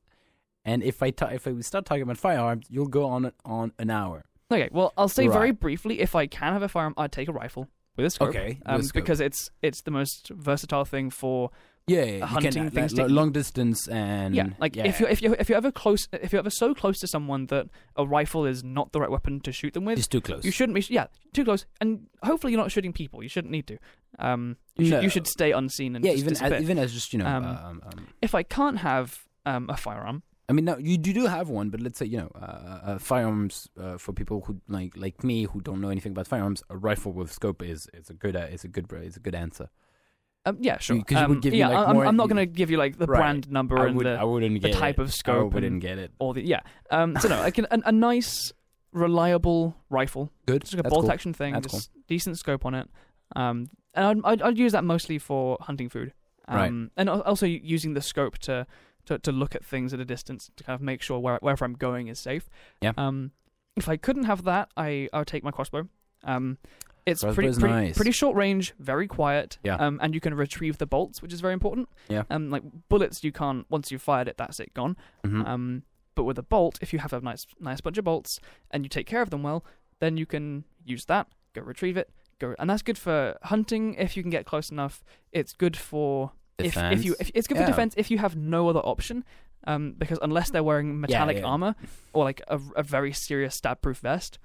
B: and if I ta- if we start talking about firearms, you'll go on on an hour.
A: Okay, well, I'll say very
B: Right.
A: briefly if I can have a firearm, I'd take a rifle with a scope.
B: Okay, with a
A: um,
B: scope.
A: because it's it's the most versatile thing for
B: Yeah, yeah, you can,
A: hunting
B: like,
A: things
B: lo-
A: to eat.
B: long distance and
A: yeah. Like if you're if you are if you're ever close if you're ever so close to someone that a rifle is not the right weapon to shoot them with,
B: just too close,
A: you shouldn't be yeah too close. And hopefully you're not shooting people. You shouldn't need to. Um, you, should,
B: No.
A: you should stay unseen and
B: yeah,
A: just
B: even
A: disappear.
B: as, even as just you know,
A: Um,
B: um, um,
A: if I can't have um, a firearm,
B: I mean, now you do, do have one, but let's say you know, uh, uh, firearms uh, for people who like like me who don't know anything about firearms, a rifle with scope is is a good uh, is a good is a good answer.
A: um, yeah, sure.
B: 'cause you
A: Um,
B: would give me,
A: yeah,
B: like,
A: I'm,
B: more-
A: I'm not going to give you like the
B: Right.
A: brand number
B: I
A: and
B: would
A: the
B: I wouldn't
A: the
B: get
A: type
B: it.
A: of
B: I
A: scope
B: wouldn't
A: and
B: get it.
A: or the yeah. Um, so no, like an, a nice, reliable rifle,
B: Good,
A: just like a
B: that's
A: bolt
B: cool.
A: action thing,
B: That's
A: just decent scope on it. Um, and I'd, I'd, I'd use that mostly for hunting food,
B: Right.
A: um, and al- also using the scope to, to to look at things at a distance to kind of make sure where wherever I'm going is safe.
B: Yeah.
A: Um, if I couldn't have that, I I would take my crossbow. Um, it's
B: Crossbow
A: pretty
B: is
A: pretty,
B: nice.
A: pretty short range, very quiet.
B: Yeah.
A: Um, and you can retrieve the bolts, which is very important.
B: Yeah.
A: Um, like bullets, you can't once you've fired it, that's it gone.
B: Mhm.
A: Um, but with a bolt, if you have a nice nice bunch of bolts and you take care of them well, then you can use that, go retrieve it, go, and that's good for hunting if you can get close enough. It's good for if, if you if, it's good
B: Yeah.
A: for defense if you have no other option, um, because unless they're wearing metallic
B: yeah.
A: armor or like a, a very serious stab proof vest,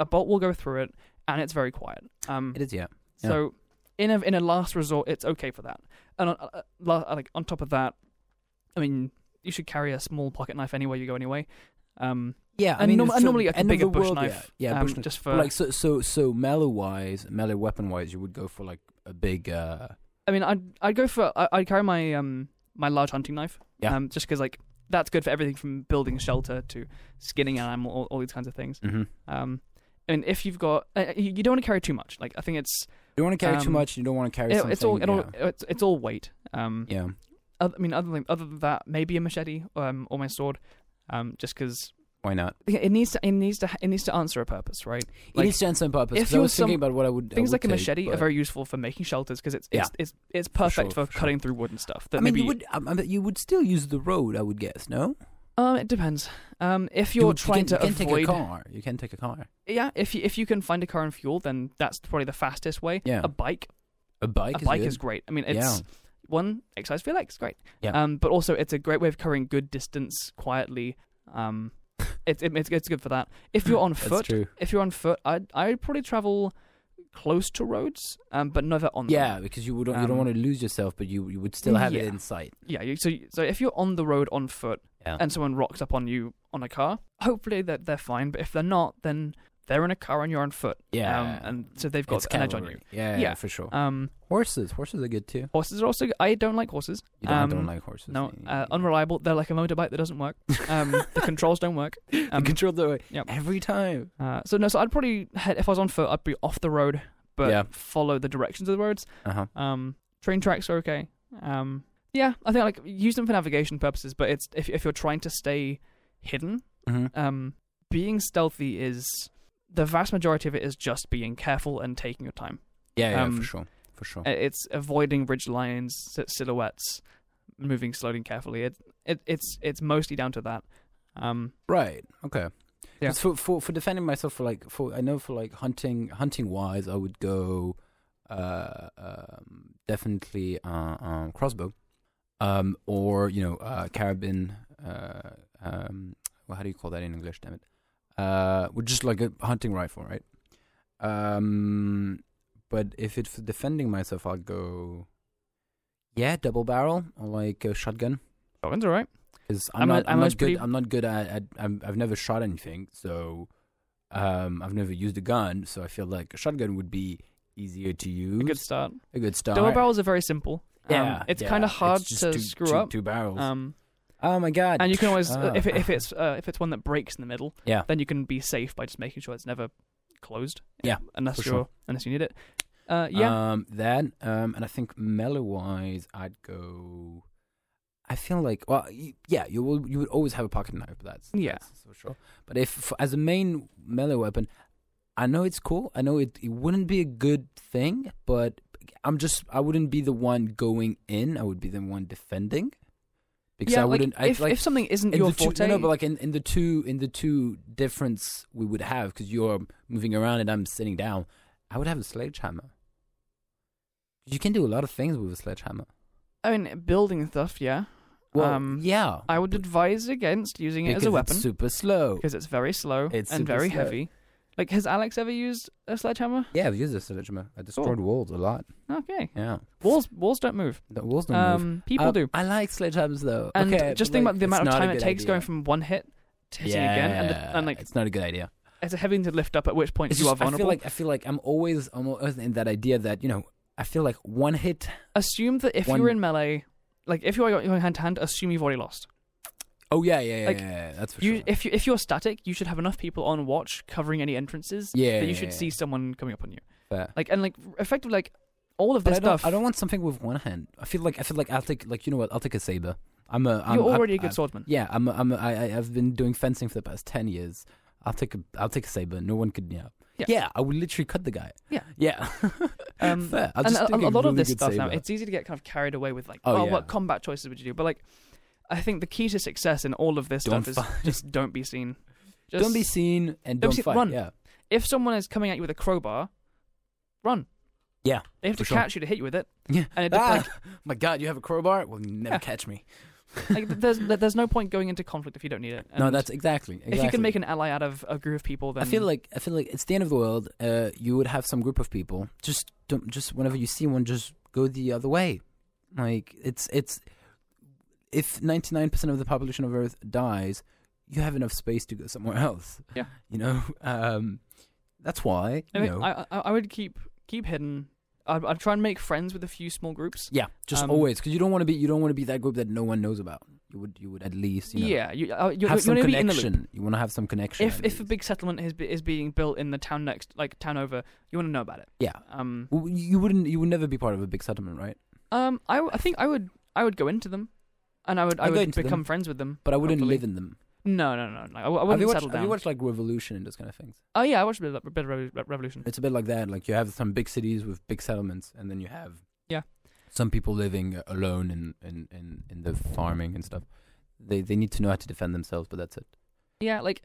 A: a bolt will go through it, and it's very quiet. Um,
B: it is, yeah. yeah.
A: so in a in a last resort, it's okay for that. And on, uh, uh, la- uh, like on top of that, I mean, you should carry a small pocket knife anywhere you go anyway. Um,
B: Yeah,
A: and, norm- and normally like a bigger bush
B: world,
A: knife,
B: Yeah, yeah
A: um,
B: bush knife.
A: just for
B: But like so, so, so melee wise, melee weapon wise, you would go for like a big. uh
A: I mean, I'd I'd go for I- I'd carry my um my large hunting knife.
B: Yeah.
A: Um, just because like that's good for everything from building shelter to skinning an animal, all, all these kinds of things.
B: mm-hmm.
A: Um, and if you've got uh, you, you don't want to carry too much. Like I think it's
B: You don't want to carry too
A: Um,
B: much. You don't want to carry
A: it-
B: something.
A: it's all, it
B: yeah.
A: all it's, it's all weight. Um,
B: yeah.
A: oth- I mean, other than other than that, maybe a machete um or my sword. Um, just because
B: Why not?
A: it needs to it needs to it needs to answer a purpose, right?
B: it
A: Like,
B: needs to answer some purpose.
A: if
B: 'cause I
A: you're
B: was thinking
A: some-
B: about what I would I
A: Things like
B: would
A: a
B: take,
A: machete are
B: but-
A: very useful for making shelters because it's
B: Yeah.
A: it's, it's it's perfect
B: sure,
A: for,
B: for sure.
A: cutting through wood and stuff. That
B: I mean,
A: maybe
B: you would. I, I mean, you would still use the road, I would guess. No,
A: Um, it depends. Um, if
B: You
A: you're
B: would- you
A: trying
B: can,
A: to
B: you can
A: avoid,
B: take a car. You can take a car,
A: yeah, if you, if you can find a car and fuel, then that's probably the fastest way.
B: Yeah.
A: A bike,
B: a bike.
A: a bike
B: good.
A: is great. I mean, it's one exercise for your legs, great.
B: Yeah.
A: Um, but also it's a great way of covering good distance quietly. Um, it's it, it's it's good for that. If you're on
B: That's
A: foot,
B: true.
A: if you're on foot, I would I would probably travel close to roads, um, but never on. them.
B: Yeah, because you would you don't
A: Um,
B: want to lose yourself, but you you would still have it
A: yeah.
B: in sight.
A: Yeah. You, so so if you're on the road on foot
B: Yeah.
A: and someone rocks up on you on a car, hopefully that they're fine. But if they're not, then they're in a car and you're on foot.
B: yeah,
A: um, and so they've got
B: it's
A: an edge on you.
B: cavalry. Yeah, yeah,
A: Yeah.
B: for sure.
A: Um,
B: horses, horses are good too.
A: horses are also. I don't like horses.
B: You don't, I don't
A: um,
B: like horses.
A: No,
B: You-
A: uh,
B: you-
A: unreliable. They're like a motorbike that doesn't work. Um, the controls don't work.
B: You
A: um,
B: control the way
A: yep.
B: every time.
A: Uh, so no, so I'd probably head if I was on foot, I'd be off the road, but
B: Yeah.
A: follow the directions of the roads.
B: Uh huh.
A: Um, train tracks are okay. Um, yeah, I think like use them for navigation purposes, but it's if if you're trying to stay hidden,
B: Mm-hmm.
A: um, being stealthy is the vast majority of it is just being careful and taking your time.
B: Yeah, yeah,
A: um,
B: for sure, for sure.
A: Uh, It's avoiding ridge lines, si- silhouettes, moving slowly and carefully. It, it it's it's mostly down to that. Um,
B: Right. Okay.
A: Yeah.
B: 'Cause For, for for defending myself for like for I know for like hunting hunting wise I would go uh um definitely uh um crossbow um or you know uh carabin uh um well how do you call that in English damn it uh with just like a hunting rifle right um but if it's for defending myself I'll go yeah double barrel or like a shotgun
A: shotguns, all right.
B: because I'm,
A: I'm a-
B: not, I'm,
A: I'm a
B: not good.
A: pretty-
B: I'm not good at. at I'm, I've never shot anything, so um, I've never used a gun. So I feel like a shotgun would be easier to use.
A: A good start.
B: a good start.
A: Double barrels are very simple. Um,
B: Yeah,
A: it's
B: yeah,
A: kind of hard
B: it's just
A: to
B: two-
A: screw
B: two-
A: up.
B: Two barrels.
A: Um,
B: oh my god!
A: and you can always
B: Ah.
A: if it, if it's uh, if it's one that breaks in the middle,
B: yeah.
A: then you can be safe by just making sure it's never closed.
B: Yeah,
A: unless
B: for
A: you're
B: sure.
A: unless you need it. Uh, yeah,
B: Um, that um, and I think mellow wise, I'd go. I feel like well, y- yeah, you will. You would always have a pocket knife, but that's
A: Yeah.
B: that's for sure. But if f as a main melee weapon, I know it's cool. I know it. It wouldn't be a good thing, but I'm just. I wouldn't be the one going in. I would be the one defending. Because
A: yeah.
B: I
A: like,
B: wouldn't. I,
A: if
B: like,
A: if something isn't
B: in
A: your
B: the two,
A: forte,
B: no, no, but like in, in the two in the two difference we would have because you're moving around and I'm sitting down. I would have a sledgehammer. You can do a lot of things with a sledgehammer.
A: I mean, building stuff. Yeah,
B: Well,
A: Um,
B: yeah,
A: I would advise against using it
B: because
A: as a weapon
B: It's super slow.
A: because it's very slow
B: It's
A: and
B: super
A: very
B: slow.
A: heavy. Like, has Alex ever used a sledgehammer?
B: Yeah, I've used a sledgehammer. I destroyed walls a lot.
A: Okay,
B: Yeah,
A: walls walls don't move.
B: the walls don't
A: um,
B: move.
A: people
B: Uh,
A: do.
B: I like sledgehammers though.
A: And
B: Okay,
A: just
B: but,
A: think
B: like,
A: about the amount
B: it's
A: of
B: not a
A: time it
B: good
A: takes
B: idea.
A: going from one hit to hitting again, and, the, and like
B: it's not a good idea.
A: it's a heavy thing to lift up. At which point
B: It's
A: you
B: just-
A: are vulnerable.
B: I feel like I feel like I'm always I'm always in that idea that you know I feel like one hit
A: assume that if
B: one-
A: you're in melee, like if you're going hand to hand, assume you've already lost.
B: Oh yeah, yeah, yeah,
A: Like,
B: yeah, yeah, That's for
A: You,
B: sure.
A: if you if you're static, you should have enough people on watch covering any entrances
B: yeah,
A: that you
B: yeah,
A: should
B: yeah,
A: see someone coming up on you.
B: Fair.
A: Like and like effective like all of
B: But
A: this
B: I don't,
A: stuff.
B: I don't want something with one hand. I feel like I feel like I'll take like you know what? I'll take a saber. I'm a. I'm,
A: you're already
B: a
A: a good swordsman.
B: Yeah, I'm. A, I'm. A, I, am i am I've been doing fencing for the past ten years. I'll take a. I'll take a saber. No one could. Yeah.
A: Yeah.
B: I would literally cut the guy.
A: Yeah.
B: Yeah.
A: Um,
B: Fair. I'll
A: and
B: just
A: a, a
B: take
A: lot of
B: really
A: this
B: good
A: stuff now,
B: saber.
A: it's easy to get kind of carried away with like,
B: Oh,
A: oh,
B: yeah.
A: what combat choices would you do? But like, I think the key to success in all of this
B: Don't
A: stuff
B: fight.
A: is just don't be seen. Just,
B: don't be seen
A: don't
B: and don't,
A: be seen-
B: fight.
A: run.
B: Yeah.
A: if someone is coming at you with a crowbar, run.
B: Yeah,
A: They have to
B: for sure.
A: catch you to hit you with it.
B: Yeah.
A: And it,
B: Ah,
A: like,
B: my God, you have a crowbar? Well, you never
A: Yeah.
B: catch me.
A: like, there's there's no point going into conflict if you don't need it.
B: no,
A: And
B: that's exactly,
A: if you
B: exactly.
A: can make an ally out of a group of people, then
B: I feel like I feel like it's the end of the world. Uh, you would have some group of people just don't just whenever you see one, just go the other way. Like it's it's if ninety nine percent of the population of Earth dies, you have enough space to go somewhere else.
A: Yeah.
B: you know. Um, that's why
A: I,
B: you
A: mean,
B: know.
A: I, I I would keep keep hidden. I'd, I'd try and make friends with a few small groups.
B: yeah, just
A: um,
B: always because you don't want to be you don't want to be that group that no one knows about. You would you would at least you know,
A: Yeah, you uh, you,
B: have
A: you
B: some
A: want to be in the loop.
B: connection. You want to have some connection.
A: If
B: at
A: if a
B: least.
A: big settlement is be- is being built in the town next, like town over, you want to know about it.
B: yeah.
A: Um,
B: Well, you wouldn't. You would never be part of a big settlement, right?
A: um, I, w- I think I would I would go into them, and I would I,
B: I'd go
A: would
B: into them.
A: become friends with them.
B: But I wouldn't
A: Hopefully.
B: live in them.
A: No, no, no, no. I, w- I
B: have you
A: wouldn't
B: watched,
A: settle
B: Have
A: down.
B: you watched like Revolution and those kind of things?
A: oh yeah, I watched a bit of, a bit of Revo- Re- Revolution.
B: It's a bit like that. Like you have some big cities with big settlements, and then you have
A: Yeah.
B: some people living alone in in in, in the farming and stuff. They they need to know how to defend themselves, but that's it.
A: Yeah, like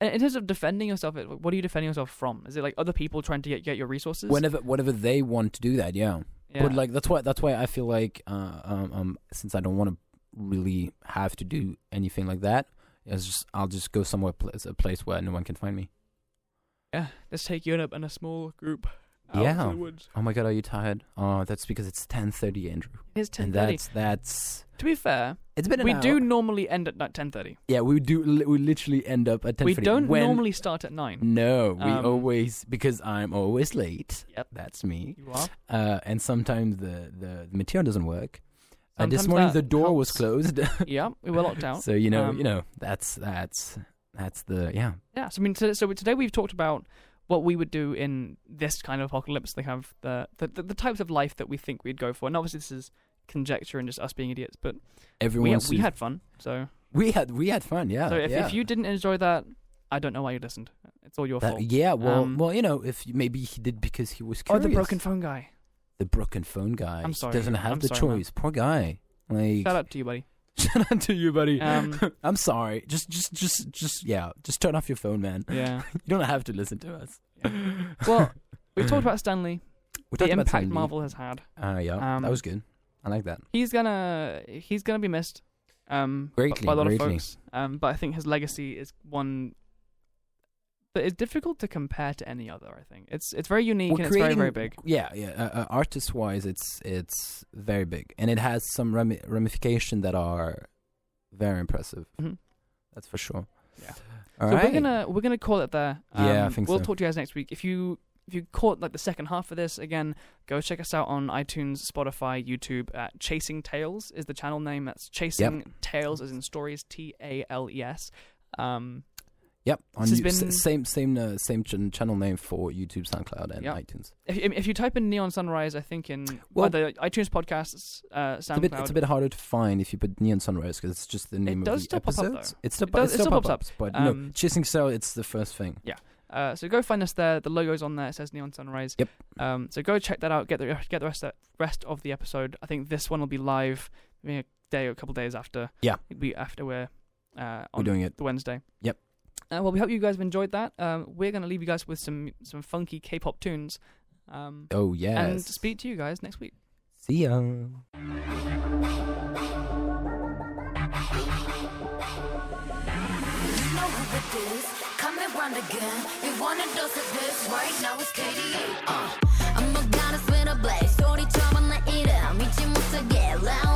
A: in in terms of defending yourself, it- what are you defending yourself from? Is it like other people trying to get get your resources?
B: Whenever whatever they want to do that, yeah.
A: yeah.
B: But like that's why that's why I feel like uh, um, um since I don't want to really have to do anything like that, it's just I'll just go somewhere pl- a place where no one can find me.
A: yeah, let's take you up in a small group. Out
B: Yeah.
A: to the woods.
B: Oh my god, are you tired? Oh, that's because it's ten thirty, Andrew.
A: It's ten
B: And
A: thirty.
B: that's that's
A: To be fair,
B: It's been an
A: we
B: hour.
A: do normally end at ten thirty.
B: Yeah, we do. li- We literally end up at ten.
A: We don't normally start at nine.
B: No, we
A: Um,
B: always because I'm always late.
A: Yep.
B: That's me.
A: You are.
B: Uh, and sometimes the, the, the material doesn't work. Uh, this
A: Sometimes
B: morning
A: that
B: the door was
A: helps.
B: closed,
A: yeah, we were locked out.
B: so you know,
A: Um,
B: you know, that's that's that's the yeah.
A: Yeah, so I mean, so, so today we've talked about what we would do in this kind of apocalypse. They have the the, the, the types of life that we think we'd go for, and obviously this is conjecture and just us being idiots. But we, uh,
B: Everyone's
A: we had fun, so
B: we had we had fun. Yeah.
A: so if,
B: Uh, yeah.
A: if you didn't enjoy that, I don't know why you listened. It's all your
B: That-
A: fault.
B: yeah, well,
A: Um,
B: well, you know, if you- maybe he did because he was
A: Oh,
B: curious.
A: the broken phone guy.
B: the broken phone guy.
A: I'm sorry.
B: doesn't have
A: I'm
B: the
A: sorry, man.
B: choice. Poor guy. Like,
A: Shout out to you, buddy.
B: Shout out to you, buddy.
A: Um,
B: I'm sorry. Just, just, just, just, yeah. Just turn off your phone, man.
A: yeah.
B: You don't have to listen to us.
A: Well, we talked about Stanley,
B: We
A: the
B: talked about
A: impact
B: Sandy.
A: Marvel has had.
B: Uh, yeah,
A: Um,
B: that was good. I like that.
A: he's gonna he's gonna be missed um b-
B: Greatly,
A: by a lot of
B: greatly.
A: folks um but i think his legacy is one that is difficult to compare to any other i think it's it's very unique
B: We're
A: and it's very very big
B: Yeah, yeah. Uh, uh, Artist-wise, it's it's very big, and it has some rami- ramification that are very impressive.
A: Mhm.
B: That's for sure.
A: Yeah.
B: All
A: so
B: right.
A: we're gonna we're gonna call it there
B: Yeah, I
A: Um,
B: think
A: we'll
B: so.
A: talk to you guys next week if you if you caught like the second half of this again go check us out on itunes spotify youtube at chasing tales is the channel name that's chasing tales as in stories t-a-l-e-s E um
B: Yep. On
A: This has
B: you- s-
A: been-
B: same same uh, same ch- channel name for YouTube, SoundCloud, and
A: Yep.
B: iTunes.
A: If, if if you type in Neon Sunrise, I think in
B: Well-
A: either iTunes podcasts, uh, SoundCloud,
B: It's a bit it's a bit harder to find if you put Neon Sunrise because it's just the name
A: does
B: of the
A: still pop up,
B: episodes.
A: though.
B: it's still,
A: It does-
B: it still pops up, but no,
A: Um,
B: Chasing Cell it's the first thing.
A: uh, so go find us there. The logo's on there. It says Neon Sunrise.
B: Yep.
A: Um, so go check that out. Get the get the rest of, rest of the episode. I think this one will be live maybe a day or a couple days after.
B: Yeah.
A: It'll be after we're uh, on
B: We're doing it.
A: the Wednesday.
B: Yep.
A: Uh, well, we hope you guys have enjoyed that. Um, we're gonna leave you guys with some some funky K-pop tunes. Um,
B: Oh yes.
A: and speak to you guys next week.
B: See ya.
C: You know who it is. Come around again. You wanna dose of this right now? It's KDA. Uh. I'm a goddess with a blaze. 소리처럼 나 이름 잊지 못하게 loud.